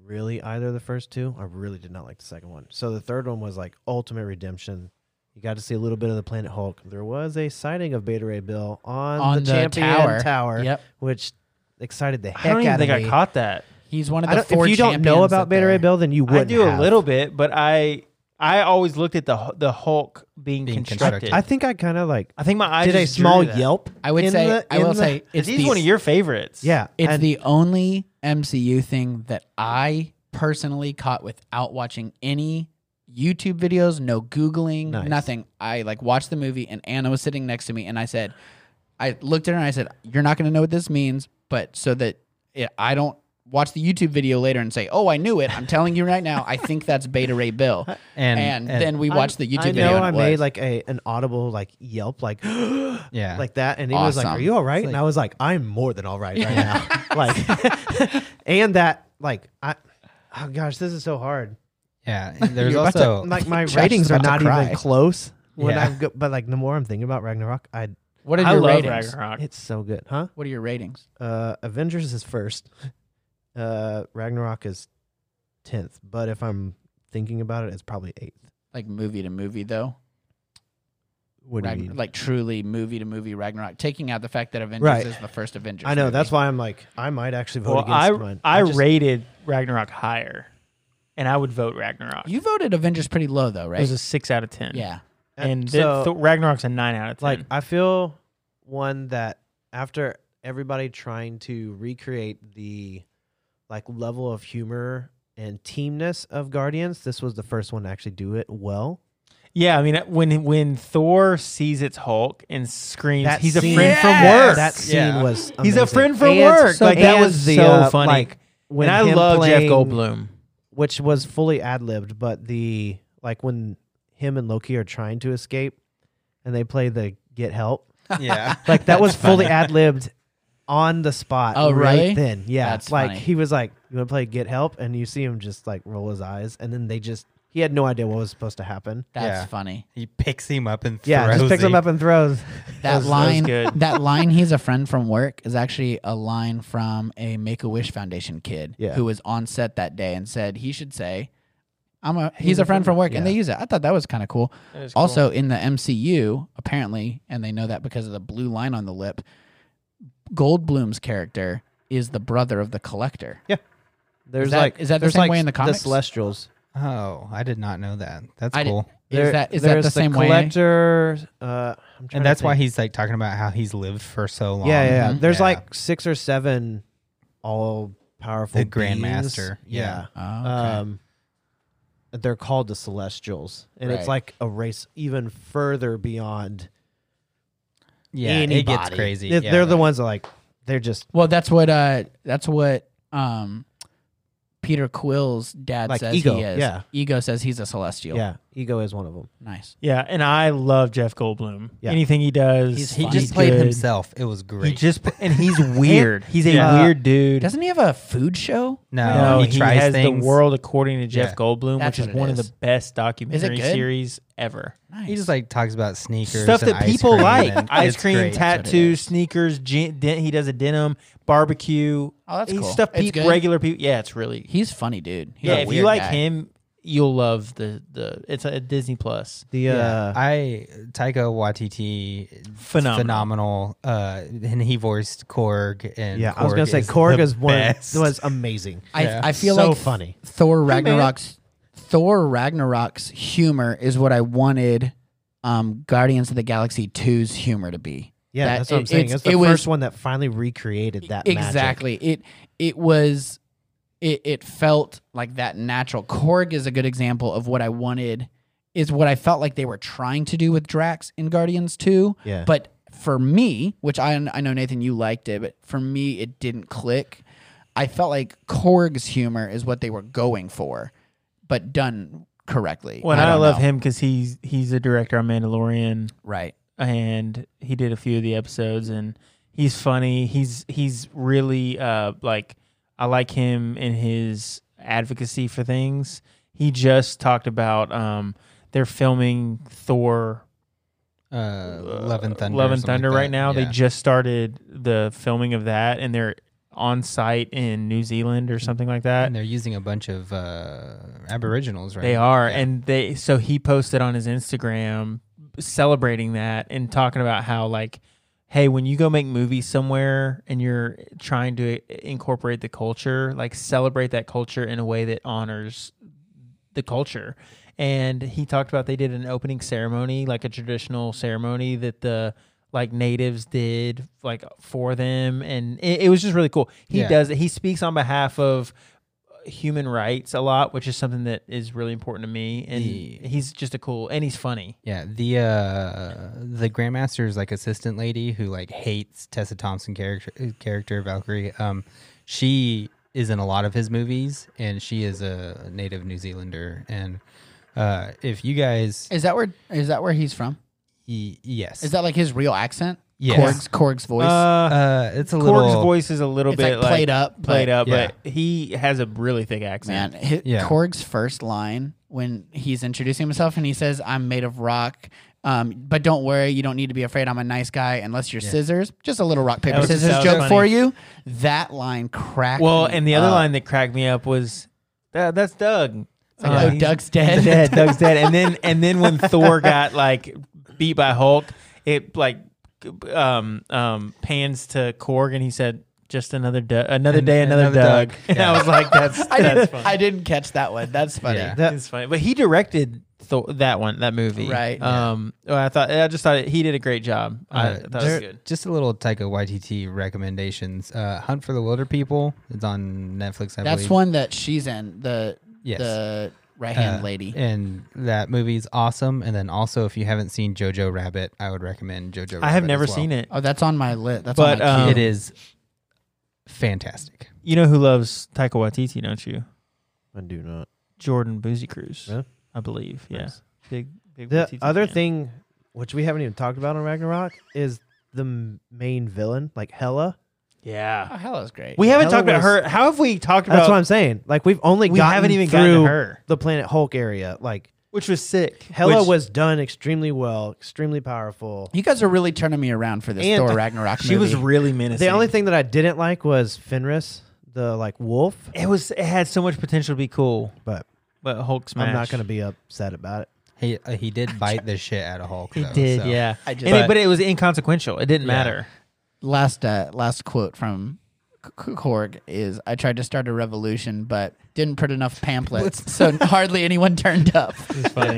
Speaker 4: really either of the first two. I really did not like the second one. So the third one was like ultimate redemption. You got to see a little bit of the Planet Hulk. There was a sighting of Beta Ray Bill on,
Speaker 5: On
Speaker 4: the,
Speaker 5: the
Speaker 4: champion
Speaker 5: tower.
Speaker 4: tower,
Speaker 5: Yep.
Speaker 4: which excited the
Speaker 2: I don't
Speaker 4: heck
Speaker 2: even
Speaker 4: out of
Speaker 2: think I
Speaker 4: me.
Speaker 2: caught that.
Speaker 5: He's one of
Speaker 4: I
Speaker 5: the
Speaker 4: don't-
Speaker 5: four.
Speaker 4: if you don't know
Speaker 5: champions
Speaker 4: about
Speaker 5: that
Speaker 4: Beta
Speaker 5: they-
Speaker 4: Ray Bill, then you would
Speaker 2: I do a little bit, but I I always looked at the the Hulk being,
Speaker 3: Being
Speaker 2: constructed.
Speaker 3: constructed.
Speaker 4: I think I kind of like
Speaker 2: I think my eyes
Speaker 4: did a
Speaker 2: just drew
Speaker 4: small
Speaker 2: to that.
Speaker 4: yelp.
Speaker 5: I would
Speaker 4: in
Speaker 5: say.
Speaker 4: the-
Speaker 5: I will
Speaker 4: in the-
Speaker 5: say
Speaker 2: It's
Speaker 5: it's the,
Speaker 2: he's one of your favorites.
Speaker 4: Yeah,
Speaker 5: It's
Speaker 4: and
Speaker 5: the only MCU thing that I personally caught without watching any YouTube videos, no Googling,
Speaker 4: Nice.
Speaker 5: nothing. I like watched the movie and Anna was sitting next to me and I said, I looked at her and I said, "You're not going to know what this means, but so that it, I don't watch the YouTube video later and say, "Oh, I knew it." I'm telling you right now, I think that's Beta Ray Bill. And, then we watched the YouTube
Speaker 4: I know
Speaker 5: video. and
Speaker 4: I
Speaker 5: it
Speaker 4: made
Speaker 5: was.
Speaker 4: like a an audible like yelp like
Speaker 3: Yeah.
Speaker 4: like that, and he was like,
Speaker 5: Awesome.
Speaker 4: "Are you all right?"
Speaker 3: It's
Speaker 4: and
Speaker 3: like-
Speaker 4: I was like, "I'm more than all right right now." like, and that like I, oh gosh, this is so hard.
Speaker 3: yeah. and There's
Speaker 5: You're about to-
Speaker 3: also
Speaker 4: Like my
Speaker 5: Josh is
Speaker 4: ratings are
Speaker 5: about to
Speaker 4: not
Speaker 5: cry.
Speaker 4: even close. When
Speaker 3: Yeah.
Speaker 4: I go, but like the more I'm thinking about Ragnarok, I
Speaker 5: what are
Speaker 2: I
Speaker 5: your
Speaker 2: love
Speaker 5: ratings?
Speaker 2: Ragnarok.
Speaker 4: it's so good, huh?
Speaker 5: What are your ratings?
Speaker 4: Uh, Avengers is first. Uh, Ragnarok is tenth, but if I'm thinking about it, it's probably eighth.
Speaker 5: Like movie to movie though.
Speaker 4: What do you
Speaker 5: Ragn-
Speaker 4: mean?
Speaker 5: Like truly movie to movie Ragnarok, taking out the fact that Avengers
Speaker 4: Right.
Speaker 5: is the first Avengers.
Speaker 4: I know
Speaker 5: movie.
Speaker 4: that's why I'm like I might actually vote
Speaker 2: Well,
Speaker 4: against
Speaker 2: I
Speaker 4: mine.
Speaker 2: I,
Speaker 4: just-
Speaker 2: rated Ragnarok higher, and I would vote Ragnarok.
Speaker 5: you voted Avengers pretty low though,
Speaker 2: It
Speaker 5: right?
Speaker 2: was a six out of ten.
Speaker 5: yeah.
Speaker 2: and
Speaker 4: so-
Speaker 2: th- th- Ragnarok's a nine out of ten.
Speaker 4: Like I feel one that after everybody trying to recreate the like level of humor and teamness of Guardians, this was the first one to actually do it well.
Speaker 2: yeah, I mean uh, when when Thor sees its Hulk and screams,
Speaker 4: That
Speaker 2: he's a
Speaker 4: scene-
Speaker 2: friend from
Speaker 4: Yeah,
Speaker 2: work.
Speaker 4: That scene
Speaker 3: Yeah.
Speaker 4: was
Speaker 2: he's a
Speaker 4: amazing.
Speaker 2: friend from
Speaker 4: And-
Speaker 2: work. like that
Speaker 4: and
Speaker 2: was
Speaker 4: the,
Speaker 2: so
Speaker 4: uh,
Speaker 2: funny.
Speaker 4: like, when
Speaker 2: and I
Speaker 4: him
Speaker 2: love
Speaker 4: playing-
Speaker 2: Jeff Goldblum.
Speaker 4: which was fully ad libbed, but the like when him and Loki are trying to escape and they play the get help.
Speaker 3: yeah.
Speaker 4: Like that was fully ad libbed on the spot.
Speaker 5: Oh,
Speaker 4: right
Speaker 5: really?
Speaker 4: then. Yeah.
Speaker 5: That's
Speaker 4: like
Speaker 5: funny.
Speaker 4: he was like, You wanna play get help? And you see him just like roll his eyes and then they just he had no idea what was supposed to happen.
Speaker 5: That's
Speaker 3: Yeah.
Speaker 5: funny.
Speaker 3: He picks him up and
Speaker 4: Yeah,
Speaker 3: throws
Speaker 4: just picks him
Speaker 3: him
Speaker 4: up and throws.
Speaker 5: That
Speaker 2: was- that was
Speaker 5: line, that,
Speaker 2: good.
Speaker 5: line, he's a friend from work, is actually a line from a Make a Wish Foundation kid
Speaker 4: Yeah.
Speaker 5: who was on set that day and said he should say, "I'm a he's, a friend from work," and they use it. I thought that was kind of cool. Also, in the MCU, apparently, and they know that because of the blue line on the lip, Goldblum's character is the brother of the Collector.
Speaker 4: There's
Speaker 5: that-
Speaker 4: like
Speaker 5: is that the
Speaker 4: there's
Speaker 5: same
Speaker 4: like
Speaker 5: way in the comics?
Speaker 4: Celestials.
Speaker 3: Oh, I did not know that. That's
Speaker 5: I did-
Speaker 3: cool.
Speaker 5: is that is that the same way?
Speaker 4: collector, Uh, I'm trying
Speaker 3: And
Speaker 4: to
Speaker 3: that's why
Speaker 4: think.
Speaker 3: he's like talking about how he's lived for so long.
Speaker 4: Yeah, yeah. yeah.
Speaker 5: Mhm.
Speaker 4: There's
Speaker 3: Yeah.
Speaker 4: like six or seven all powerful
Speaker 3: The
Speaker 4: beings.
Speaker 3: Grandmaster, yeah.
Speaker 5: Oh, okay.
Speaker 4: Um, they're called the Celestials, and it's
Speaker 5: Right.
Speaker 4: like a race even further beyond.
Speaker 3: Yeah, it gets
Speaker 5: Anybody.
Speaker 3: crazy.
Speaker 4: They're,
Speaker 3: yeah.
Speaker 4: they're the ones that like they're just
Speaker 5: Well, that's what uh, that's what um, Peter Quill's dad
Speaker 4: Like
Speaker 5: says
Speaker 4: Ego,
Speaker 5: he is.
Speaker 4: yeah.
Speaker 5: Ego says he's a celestial.
Speaker 4: yeah. Ego is one of them.
Speaker 5: nice.
Speaker 2: yeah, and I love Jeff Goldblum.
Speaker 4: Yeah.
Speaker 2: Anything he does,
Speaker 5: He's
Speaker 2: he
Speaker 5: fun.
Speaker 3: He
Speaker 2: just
Speaker 3: just played
Speaker 2: good.
Speaker 3: himself. It was great.
Speaker 2: He just and he's weird. he's a
Speaker 4: Yeah.
Speaker 2: weird dude.
Speaker 5: Doesn't he have a food show?
Speaker 3: no,
Speaker 2: No,
Speaker 3: he,
Speaker 2: he,
Speaker 3: tries
Speaker 2: has
Speaker 3: things.
Speaker 2: the world according to Jeff
Speaker 3: Yeah.
Speaker 2: Goldblum,
Speaker 5: That's
Speaker 2: which
Speaker 5: what
Speaker 2: is
Speaker 5: it
Speaker 2: one
Speaker 5: is.
Speaker 2: of the best documentary
Speaker 5: good?
Speaker 2: series ever.
Speaker 5: Nice.
Speaker 3: He just like talks about sneakers,
Speaker 2: Stuff
Speaker 3: and
Speaker 2: that
Speaker 3: ice
Speaker 2: people
Speaker 3: cream
Speaker 2: like:
Speaker 3: and
Speaker 2: ice
Speaker 3: it's
Speaker 2: cream,
Speaker 3: great.
Speaker 5: what it
Speaker 2: tattoos,
Speaker 5: is.
Speaker 2: sneakers. Gen- den- he does a denim barbecue.
Speaker 5: Oh, that's
Speaker 2: he's
Speaker 5: cool.
Speaker 2: Stuff
Speaker 5: It's
Speaker 2: peop-
Speaker 5: good?
Speaker 2: regular people. Yeah, it's really.
Speaker 5: he's funny, dude. He's
Speaker 2: yeah,
Speaker 5: a
Speaker 2: if you
Speaker 5: weird
Speaker 2: like
Speaker 5: guy.
Speaker 2: him, you'll love the the. It's a Disney Plus.
Speaker 4: The uh,
Speaker 3: Yeah, I Taika Waititi,
Speaker 2: Phenomenal.
Speaker 3: phenomenal. Uh, and he voiced Korg, and
Speaker 4: yeah, I was gonna say
Speaker 3: is
Speaker 4: Korg
Speaker 3: the
Speaker 4: is one
Speaker 3: best.
Speaker 4: was amazing.
Speaker 5: I,
Speaker 3: Yeah.
Speaker 5: I feel
Speaker 4: So
Speaker 5: like
Speaker 4: funny.
Speaker 5: Thor Ragnarok's Thor Ragnarok's humor is what I wanted um, Guardians of the Galaxy 2's humor to be.
Speaker 4: Yeah,
Speaker 5: That-
Speaker 4: that's what I'm
Speaker 5: it-
Speaker 4: saying.
Speaker 5: it's-
Speaker 4: It's, the
Speaker 5: it was-
Speaker 4: first one that finally recreated that magic.
Speaker 5: E, exactly it it was it it felt like that natural korg is a good example of what i wanted is what i felt like they were trying to do with drax in guardians 2
Speaker 4: Yeah.
Speaker 5: but for me which i i know nathan you liked it but for me it didn't click i felt like korg's humor is what they were going for but done correctly
Speaker 2: Well, and I,
Speaker 5: don't
Speaker 2: love
Speaker 5: know.
Speaker 2: him because he's he's a director on Mandalorian,
Speaker 5: right
Speaker 2: and he did a few of the episodes, and he's funny. He's he's really uh like I like him in his advocacy for things. He just talked about um they're filming Thor
Speaker 3: uh, Love and Thunder,
Speaker 2: Love
Speaker 3: or
Speaker 2: and
Speaker 3: something
Speaker 2: Thunder
Speaker 3: like
Speaker 2: right
Speaker 3: that.
Speaker 2: now. They
Speaker 3: Yeah.
Speaker 2: just started the filming of that, and they're on site in New Zealand or something like that.
Speaker 3: and they're using a bunch of uh, Aboriginals, right?
Speaker 2: They are,
Speaker 3: Yeah.
Speaker 2: and they so he posted on his Instagram celebrating that and talking about how like, hey, when you go make movies somewhere and you're trying to incorporate the culture, like celebrate that culture in a way that honors the culture. And he talked about they did an opening ceremony, like a traditional ceremony that the like natives did like for them and it, it was just really cool he
Speaker 3: Yeah.
Speaker 2: does it he speaks on behalf of human rights a lot, which is something that is really important to me. And
Speaker 3: Yeah.
Speaker 2: he's just a cool and he's funny.
Speaker 3: Yeah, the uh the grandmaster's like assistant lady who like hates Tessa Thompson character uh, character Valkyrie. Um, she is in a lot of his movies, and she is a native New Zealander. And uh, if you guys,
Speaker 5: Is that where is that where he's from?
Speaker 3: y- yes,
Speaker 5: Is that like his real accent?
Speaker 3: Yes.
Speaker 5: Korg's, Korg's voice.
Speaker 2: Uh,
Speaker 3: uh, it's a
Speaker 2: Korg's
Speaker 3: little
Speaker 2: voice is a little
Speaker 5: it's
Speaker 2: bit
Speaker 5: like played up.
Speaker 2: played
Speaker 5: but-
Speaker 2: up,
Speaker 3: yeah.
Speaker 2: but he has a really thick accent.
Speaker 5: Man, hi
Speaker 3: Yeah.
Speaker 5: Korg's first line when he's introducing himself and he says, "I'm made of rock." Um, but don't worry, you don't need to be afraid. I'm a nice guy, unless you're scissors. Just a little rock paper
Speaker 2: was- that
Speaker 5: scissors
Speaker 2: was
Speaker 5: joke
Speaker 2: funny.
Speaker 5: for you. That line cracked.
Speaker 2: Well,
Speaker 5: me
Speaker 2: and the other
Speaker 5: up.
Speaker 2: line that cracked me up was "That- that's Doug.
Speaker 5: It's like,
Speaker 2: Uh,
Speaker 5: oh,
Speaker 2: he's
Speaker 5: Doug's dead.
Speaker 2: dead. Doug's dead. And then and then when Thor got like beat by Hulk, it like um um pans to Korg and he said, "Just another Doug, another
Speaker 3: An-
Speaker 2: day, another,
Speaker 3: another
Speaker 2: Doug."
Speaker 3: Doug.
Speaker 2: And
Speaker 3: Yeah.
Speaker 2: I was like, "That's
Speaker 5: I
Speaker 2: that's
Speaker 5: didn't,
Speaker 2: funny.
Speaker 5: I didn't catch that one. That's funny.
Speaker 3: Yeah.
Speaker 4: That-
Speaker 2: It's funny." But he directed Thor, that one, that movie,
Speaker 5: Right.
Speaker 2: Um, well, I thought I just thought he did a great job. I
Speaker 3: Uh,
Speaker 2: thought it was
Speaker 3: just,
Speaker 2: good.
Speaker 3: just a little Taika Waititi recommendations. Uh, Hunt for the Wilder People. It's on Netflix. I
Speaker 5: That's
Speaker 3: believe.
Speaker 5: one that she's in. The
Speaker 3: Yes.
Speaker 5: the right hand
Speaker 3: Uh,
Speaker 5: lady.
Speaker 3: and that movie's awesome. And then also, if you haven't seen Jojo Rabbit, I would recommend Jojo. Rabbit
Speaker 2: I have never seen it.
Speaker 5: oh, that's on my list. That's
Speaker 2: but,
Speaker 5: on my
Speaker 2: um,
Speaker 5: queue.
Speaker 3: It is fantastic.
Speaker 2: You know who loves Taika Waititi, don't you?
Speaker 4: I do not.
Speaker 2: Jordan Boozy Cruz,
Speaker 4: Yeah.
Speaker 2: I believe. Yeah,
Speaker 4: Nice.
Speaker 2: big big.
Speaker 4: The
Speaker 2: Waititi
Speaker 4: other
Speaker 2: fan.
Speaker 4: thing, which we haven't even talked about on Ragnarok, is the m- main villain, like Hela.
Speaker 2: yeah.
Speaker 5: Oh, hell is great.
Speaker 2: We haven't
Speaker 4: Hella
Speaker 2: talked about
Speaker 4: was-
Speaker 2: her. How have we talked about?
Speaker 4: That's what I'm saying. Like we've only
Speaker 2: we
Speaker 4: gotten
Speaker 2: haven't even
Speaker 4: through
Speaker 2: gotten her,
Speaker 4: the Planet Hulk area. Like
Speaker 2: which was sick.
Speaker 4: Hela
Speaker 2: Which-
Speaker 4: was done extremely well, extremely powerful.
Speaker 5: you guys are really turning me around for this
Speaker 4: And
Speaker 5: Thor Ragnarok
Speaker 2: She was
Speaker 5: movie.
Speaker 2: really menacing.
Speaker 4: The only thing that I didn't like was Fenris, the like wolf.
Speaker 2: it was it had so much potential to be cool,
Speaker 4: But
Speaker 2: but Hulk smash.
Speaker 4: I'm not gonna be upset about it.
Speaker 3: He uh, he did bite the shit out of Hulk.
Speaker 2: He
Speaker 3: though,
Speaker 2: did,
Speaker 3: so-
Speaker 2: yeah.
Speaker 5: I just-
Speaker 2: And it- but, it was inconsequential. It didn't
Speaker 3: Yeah.
Speaker 2: matter.
Speaker 5: last uh, last quote from K- K- Korg is I tried to start a revolution but didn't print enough pamphlets so hardly anyone turned up.
Speaker 2: It's funny.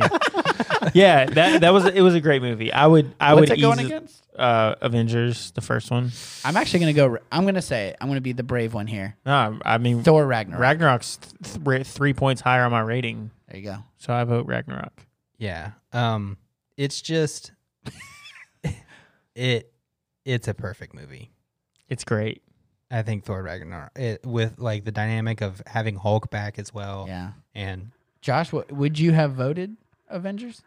Speaker 2: yeah, that that was it. Was a great movie. I would I
Speaker 5: What's
Speaker 2: would
Speaker 5: it going
Speaker 2: easi-
Speaker 5: against?
Speaker 2: uh, Avengers the first one.
Speaker 5: I'm actually going to go I'm going to say it. I'm going to be the brave one here.
Speaker 2: No, I I mean
Speaker 5: Thor Ragnarok.
Speaker 2: Ragnarok's th- th- three points higher on my rating,
Speaker 5: there you go.
Speaker 2: so I vote Ragnarok.
Speaker 3: yeah. Um, it's just it it's a perfect movie.
Speaker 2: It's great.
Speaker 3: I think Thor Ragnarok it, with like the dynamic of having Hulk back as well,
Speaker 5: Yeah.
Speaker 3: and
Speaker 5: Josh, what, would you have voted Avengers?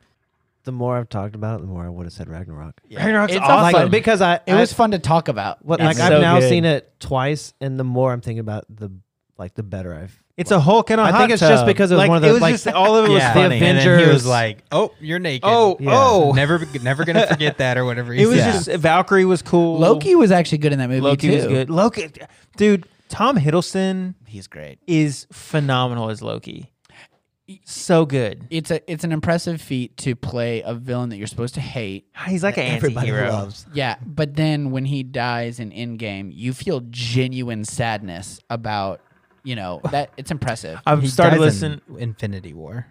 Speaker 4: The more I've talked about it, the more I would have said Ragnarok.
Speaker 2: Ragnarok's
Speaker 5: It's a
Speaker 2: awesome.
Speaker 4: Like, because I
Speaker 5: It
Speaker 4: I-
Speaker 5: was fun to talk about.
Speaker 4: what,
Speaker 2: It's
Speaker 4: like
Speaker 2: so
Speaker 4: I've now
Speaker 2: good.
Speaker 4: seen it twice, and the more I'm thinking about it, the like the better I've.
Speaker 2: It's a Hulk and a
Speaker 4: I
Speaker 2: hot
Speaker 4: think it's just
Speaker 2: tub.
Speaker 4: because it was
Speaker 2: Like,
Speaker 4: one of the-
Speaker 2: It was
Speaker 4: like-
Speaker 2: just all of it
Speaker 3: Yeah.
Speaker 2: was
Speaker 4: The
Speaker 2: funny.
Speaker 3: and then he
Speaker 4: Avengers-
Speaker 3: was like, "Oh, you're naked."
Speaker 2: oh,
Speaker 4: Yeah.
Speaker 2: oh,
Speaker 3: never never gonna forget that or whatever. he
Speaker 2: it was
Speaker 3: said.
Speaker 2: just Valkyrie was cool.
Speaker 5: Loki was actually good in that movie
Speaker 2: Loki
Speaker 5: too.
Speaker 2: was good. Loki, dude. Tom Hiddleston
Speaker 5: He's great.
Speaker 2: is phenomenal as Loki. So good.
Speaker 5: It's a it's an impressive feat to play a villain that you're supposed to hate
Speaker 2: He's like an
Speaker 4: Everybody
Speaker 2: anti-hero.
Speaker 4: loves.
Speaker 5: Yeah, but then when he dies in Endgame, you feel genuine sadness about, you know, that it's impressive.
Speaker 2: I've
Speaker 3: He
Speaker 2: started
Speaker 3: dies in
Speaker 2: listening.
Speaker 3: Infinity War.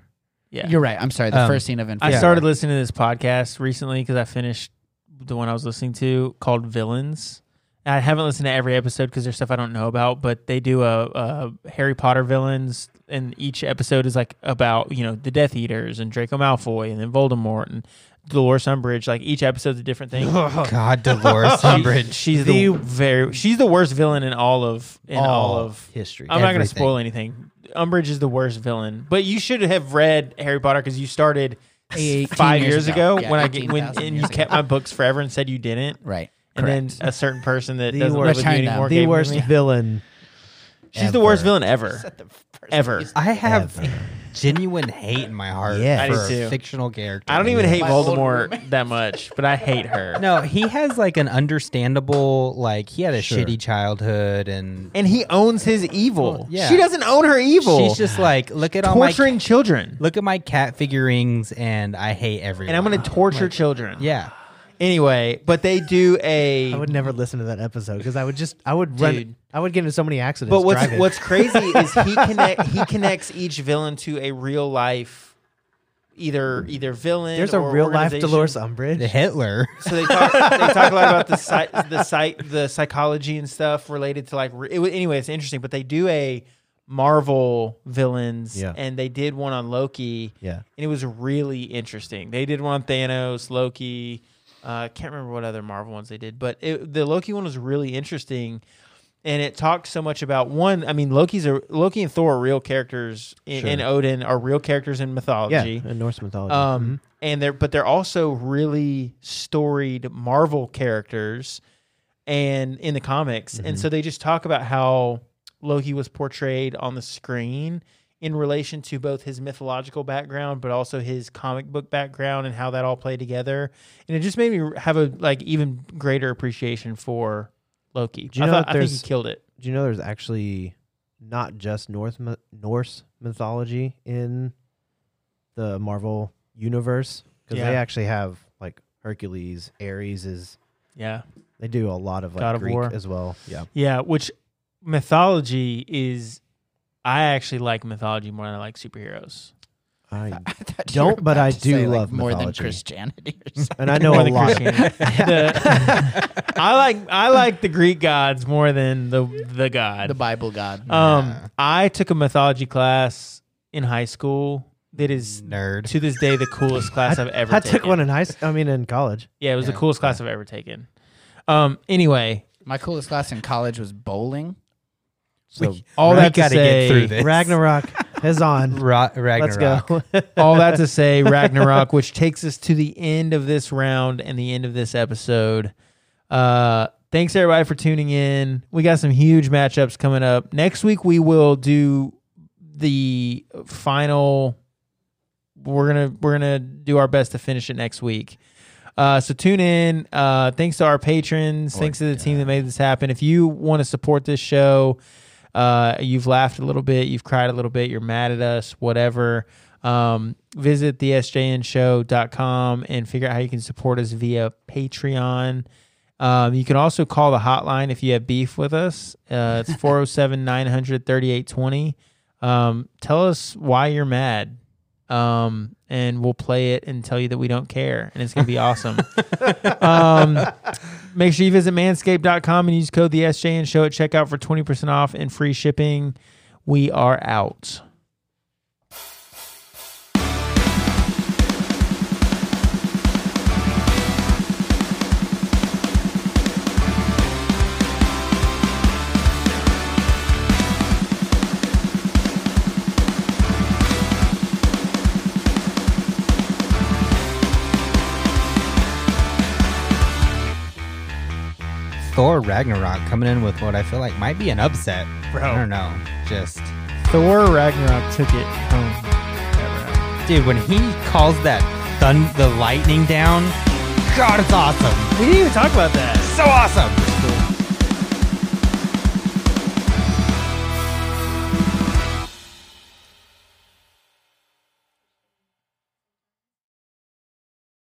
Speaker 2: Yeah,
Speaker 5: You're right. I'm sorry. The
Speaker 3: Um,
Speaker 5: first scene of
Speaker 2: I
Speaker 5: Infinity.
Speaker 3: Yeah.
Speaker 2: started listening to this podcast recently because I finished the one I was listening to called Villains. And I haven't listened to every episode because there's stuff I don't know about, but they do a, a Harry Potter villains, and each episode is like about you know the Death Eaters and Draco Malfoy and then Voldemort and Dolores Umbridge. Like each episode's a different thing.
Speaker 3: God, Dolores
Speaker 2: She-
Speaker 3: Umbridge.
Speaker 2: she's the, very she's the worst villain in all of in all,
Speaker 3: All
Speaker 2: of
Speaker 4: History.
Speaker 2: I'm not going to
Speaker 3: Oh, Everything.
Speaker 2: spoil anything. Umbridge is the worst villain, but you should have read Harry Potter because you started
Speaker 5: Eighteen
Speaker 2: five years
Speaker 5: years ago.
Speaker 2: ago,
Speaker 5: Yeah,
Speaker 2: when I get when
Speaker 5: 18,000
Speaker 2: and
Speaker 5: years
Speaker 2: you
Speaker 5: ago.
Speaker 2: kept my books forever and said you didn't,
Speaker 5: right.
Speaker 2: and then
Speaker 5: Correct.
Speaker 2: a certain person that
Speaker 4: The
Speaker 2: doesn't live
Speaker 4: worst-
Speaker 2: with you
Speaker 5: Return them.
Speaker 2: anymore.
Speaker 4: the
Speaker 2: gave
Speaker 4: worst
Speaker 2: me-
Speaker 4: villain.
Speaker 2: She's the worst
Speaker 3: ever.
Speaker 2: villain ever, ever.
Speaker 3: I have genuine hate in my heart
Speaker 4: Yeah.
Speaker 2: I do
Speaker 3: for a
Speaker 2: too.
Speaker 3: fictional character.
Speaker 2: I don't even hate
Speaker 5: My old
Speaker 2: Voldemort that much, but I hate her.
Speaker 3: No, he has like an understandable like he had a
Speaker 4: Sure.
Speaker 3: shitty childhood and
Speaker 2: And he owns his evil.
Speaker 3: Well, yeah.
Speaker 2: She doesn't own her evil.
Speaker 3: she's just like look at all my
Speaker 2: torturing children.
Speaker 3: look at my cat figurines and I hate everyone.
Speaker 2: And I'm going to torture children.
Speaker 3: yeah.
Speaker 2: Anyway, but they do a.
Speaker 4: I would never listen to that episode because I would just I would run
Speaker 2: Dude.
Speaker 4: I would get into so many accidents.
Speaker 2: But what's
Speaker 4: driving.
Speaker 2: what's crazy is he connect he connects each villain to a real life, either either villain.
Speaker 4: there's a
Speaker 2: or
Speaker 4: real life
Speaker 2: organization.
Speaker 4: Dolores
Speaker 3: The
Speaker 4: Umbridge.
Speaker 3: Hitler.
Speaker 2: So they talk, they talk a lot about the psy- the psy- the psychology and stuff related to like re- it, wa- anyway. It's interesting, but they do a Marvel villains,
Speaker 4: Yeah.
Speaker 2: and they did one on Loki,
Speaker 4: Yeah.
Speaker 2: and it was really interesting. They did one on Thanos, Loki. I uh, can't remember what other Marvel ones they did, but it, the Loki one was really interesting, and it talked so much about one. I mean, Loki's a Loki and Thor are real characters, in,
Speaker 4: Sure.
Speaker 2: and Odin are real characters in
Speaker 4: Yeah.
Speaker 2: mythology.
Speaker 4: In Norse mythology.
Speaker 2: Um, and they're but they're also really storied Marvel characters, and in the comics,
Speaker 4: Mm-hmm.
Speaker 2: and so they just talk about how Loki was portrayed on the screen in relation to both his mythological background, but also his comic book background, and how that all played together. And it just made me have a like even greater appreciation for Loki.
Speaker 4: Do
Speaker 2: I,
Speaker 4: you know
Speaker 2: thought,
Speaker 4: that
Speaker 2: I think he
Speaker 4: there's-
Speaker 2: killed it.
Speaker 4: Do you know there's actually not just North myth- Norse mythology in the Marvel universe? Because
Speaker 2: Yeah.
Speaker 4: they actually have like Hercules, Ares is
Speaker 2: Yeah,
Speaker 4: they do a lot of like
Speaker 2: God of
Speaker 4: Greek
Speaker 2: War.
Speaker 4: as well. Yeah.
Speaker 2: yeah. Which mythology is. I actually like mythology more than I like superheroes.
Speaker 4: I,
Speaker 5: I thought
Speaker 4: Don't,
Speaker 5: were
Speaker 4: but
Speaker 5: about
Speaker 4: I
Speaker 5: to
Speaker 4: do
Speaker 5: say, like,
Speaker 4: love
Speaker 5: more than
Speaker 4: mythology.
Speaker 5: Christianity. Or something.
Speaker 4: and I know
Speaker 2: More
Speaker 4: a
Speaker 2: than
Speaker 4: lot.
Speaker 2: Christianity. The- I like I like the Greek gods more than the the god.
Speaker 5: the Bible God.
Speaker 4: Uh,
Speaker 2: um,
Speaker 3: Yeah.
Speaker 2: I took a mythology class in high school that is
Speaker 3: Nerd.
Speaker 2: to this day the coolest class I've ever.
Speaker 4: I
Speaker 2: taken.
Speaker 4: took one in high. s- I mean, in college.
Speaker 2: Yeah, it was
Speaker 3: Yeah.
Speaker 2: the coolest class I've ever taken. Um. Anyway,
Speaker 5: My coolest class in college was bowling.
Speaker 4: So
Speaker 2: all
Speaker 3: We
Speaker 2: that to
Speaker 3: gotta
Speaker 2: say,
Speaker 3: get through this.
Speaker 4: Ragnarok is on.
Speaker 3: Ra- Ragnarok.
Speaker 4: Let's go.
Speaker 2: all that to say, Ragnarok, which takes us to the end of this round and the end of this episode. Uh, thanks everybody for tuning in. We got some huge matchups coming up next week. We will do the final. We're gonna we're gonna do our best to finish it next week. Uh, so tune in. Uh, thanks to our patrons. thanks to the team that made this happen. If you want to support this show, uh, you've laughed a little bit, you've cried a little bit, you're mad at us, whatever. Um, visit thesjnshow.com and figure out how you can support us via Patreon. Um, you can also call the hotline if you have beef with us. Uh, it's 407 900 3820. Um, tell us why you're mad. Um, and we'll play it and tell you that we don't care. And it's going to be awesome. um, make sure you visit manscaped.com and use code the SJN show at checkout for 20% off and free shipping. We are out.
Speaker 3: Thor Ragnarok coming in with what I feel like might be an upset.
Speaker 6: Bro.
Speaker 3: I don't know. Just
Speaker 2: Thor Ragnarok took it home.
Speaker 3: dude, when he calls that thun the lightning down, God, it's awesome.
Speaker 2: We didn't even talk about that.
Speaker 3: So awesome.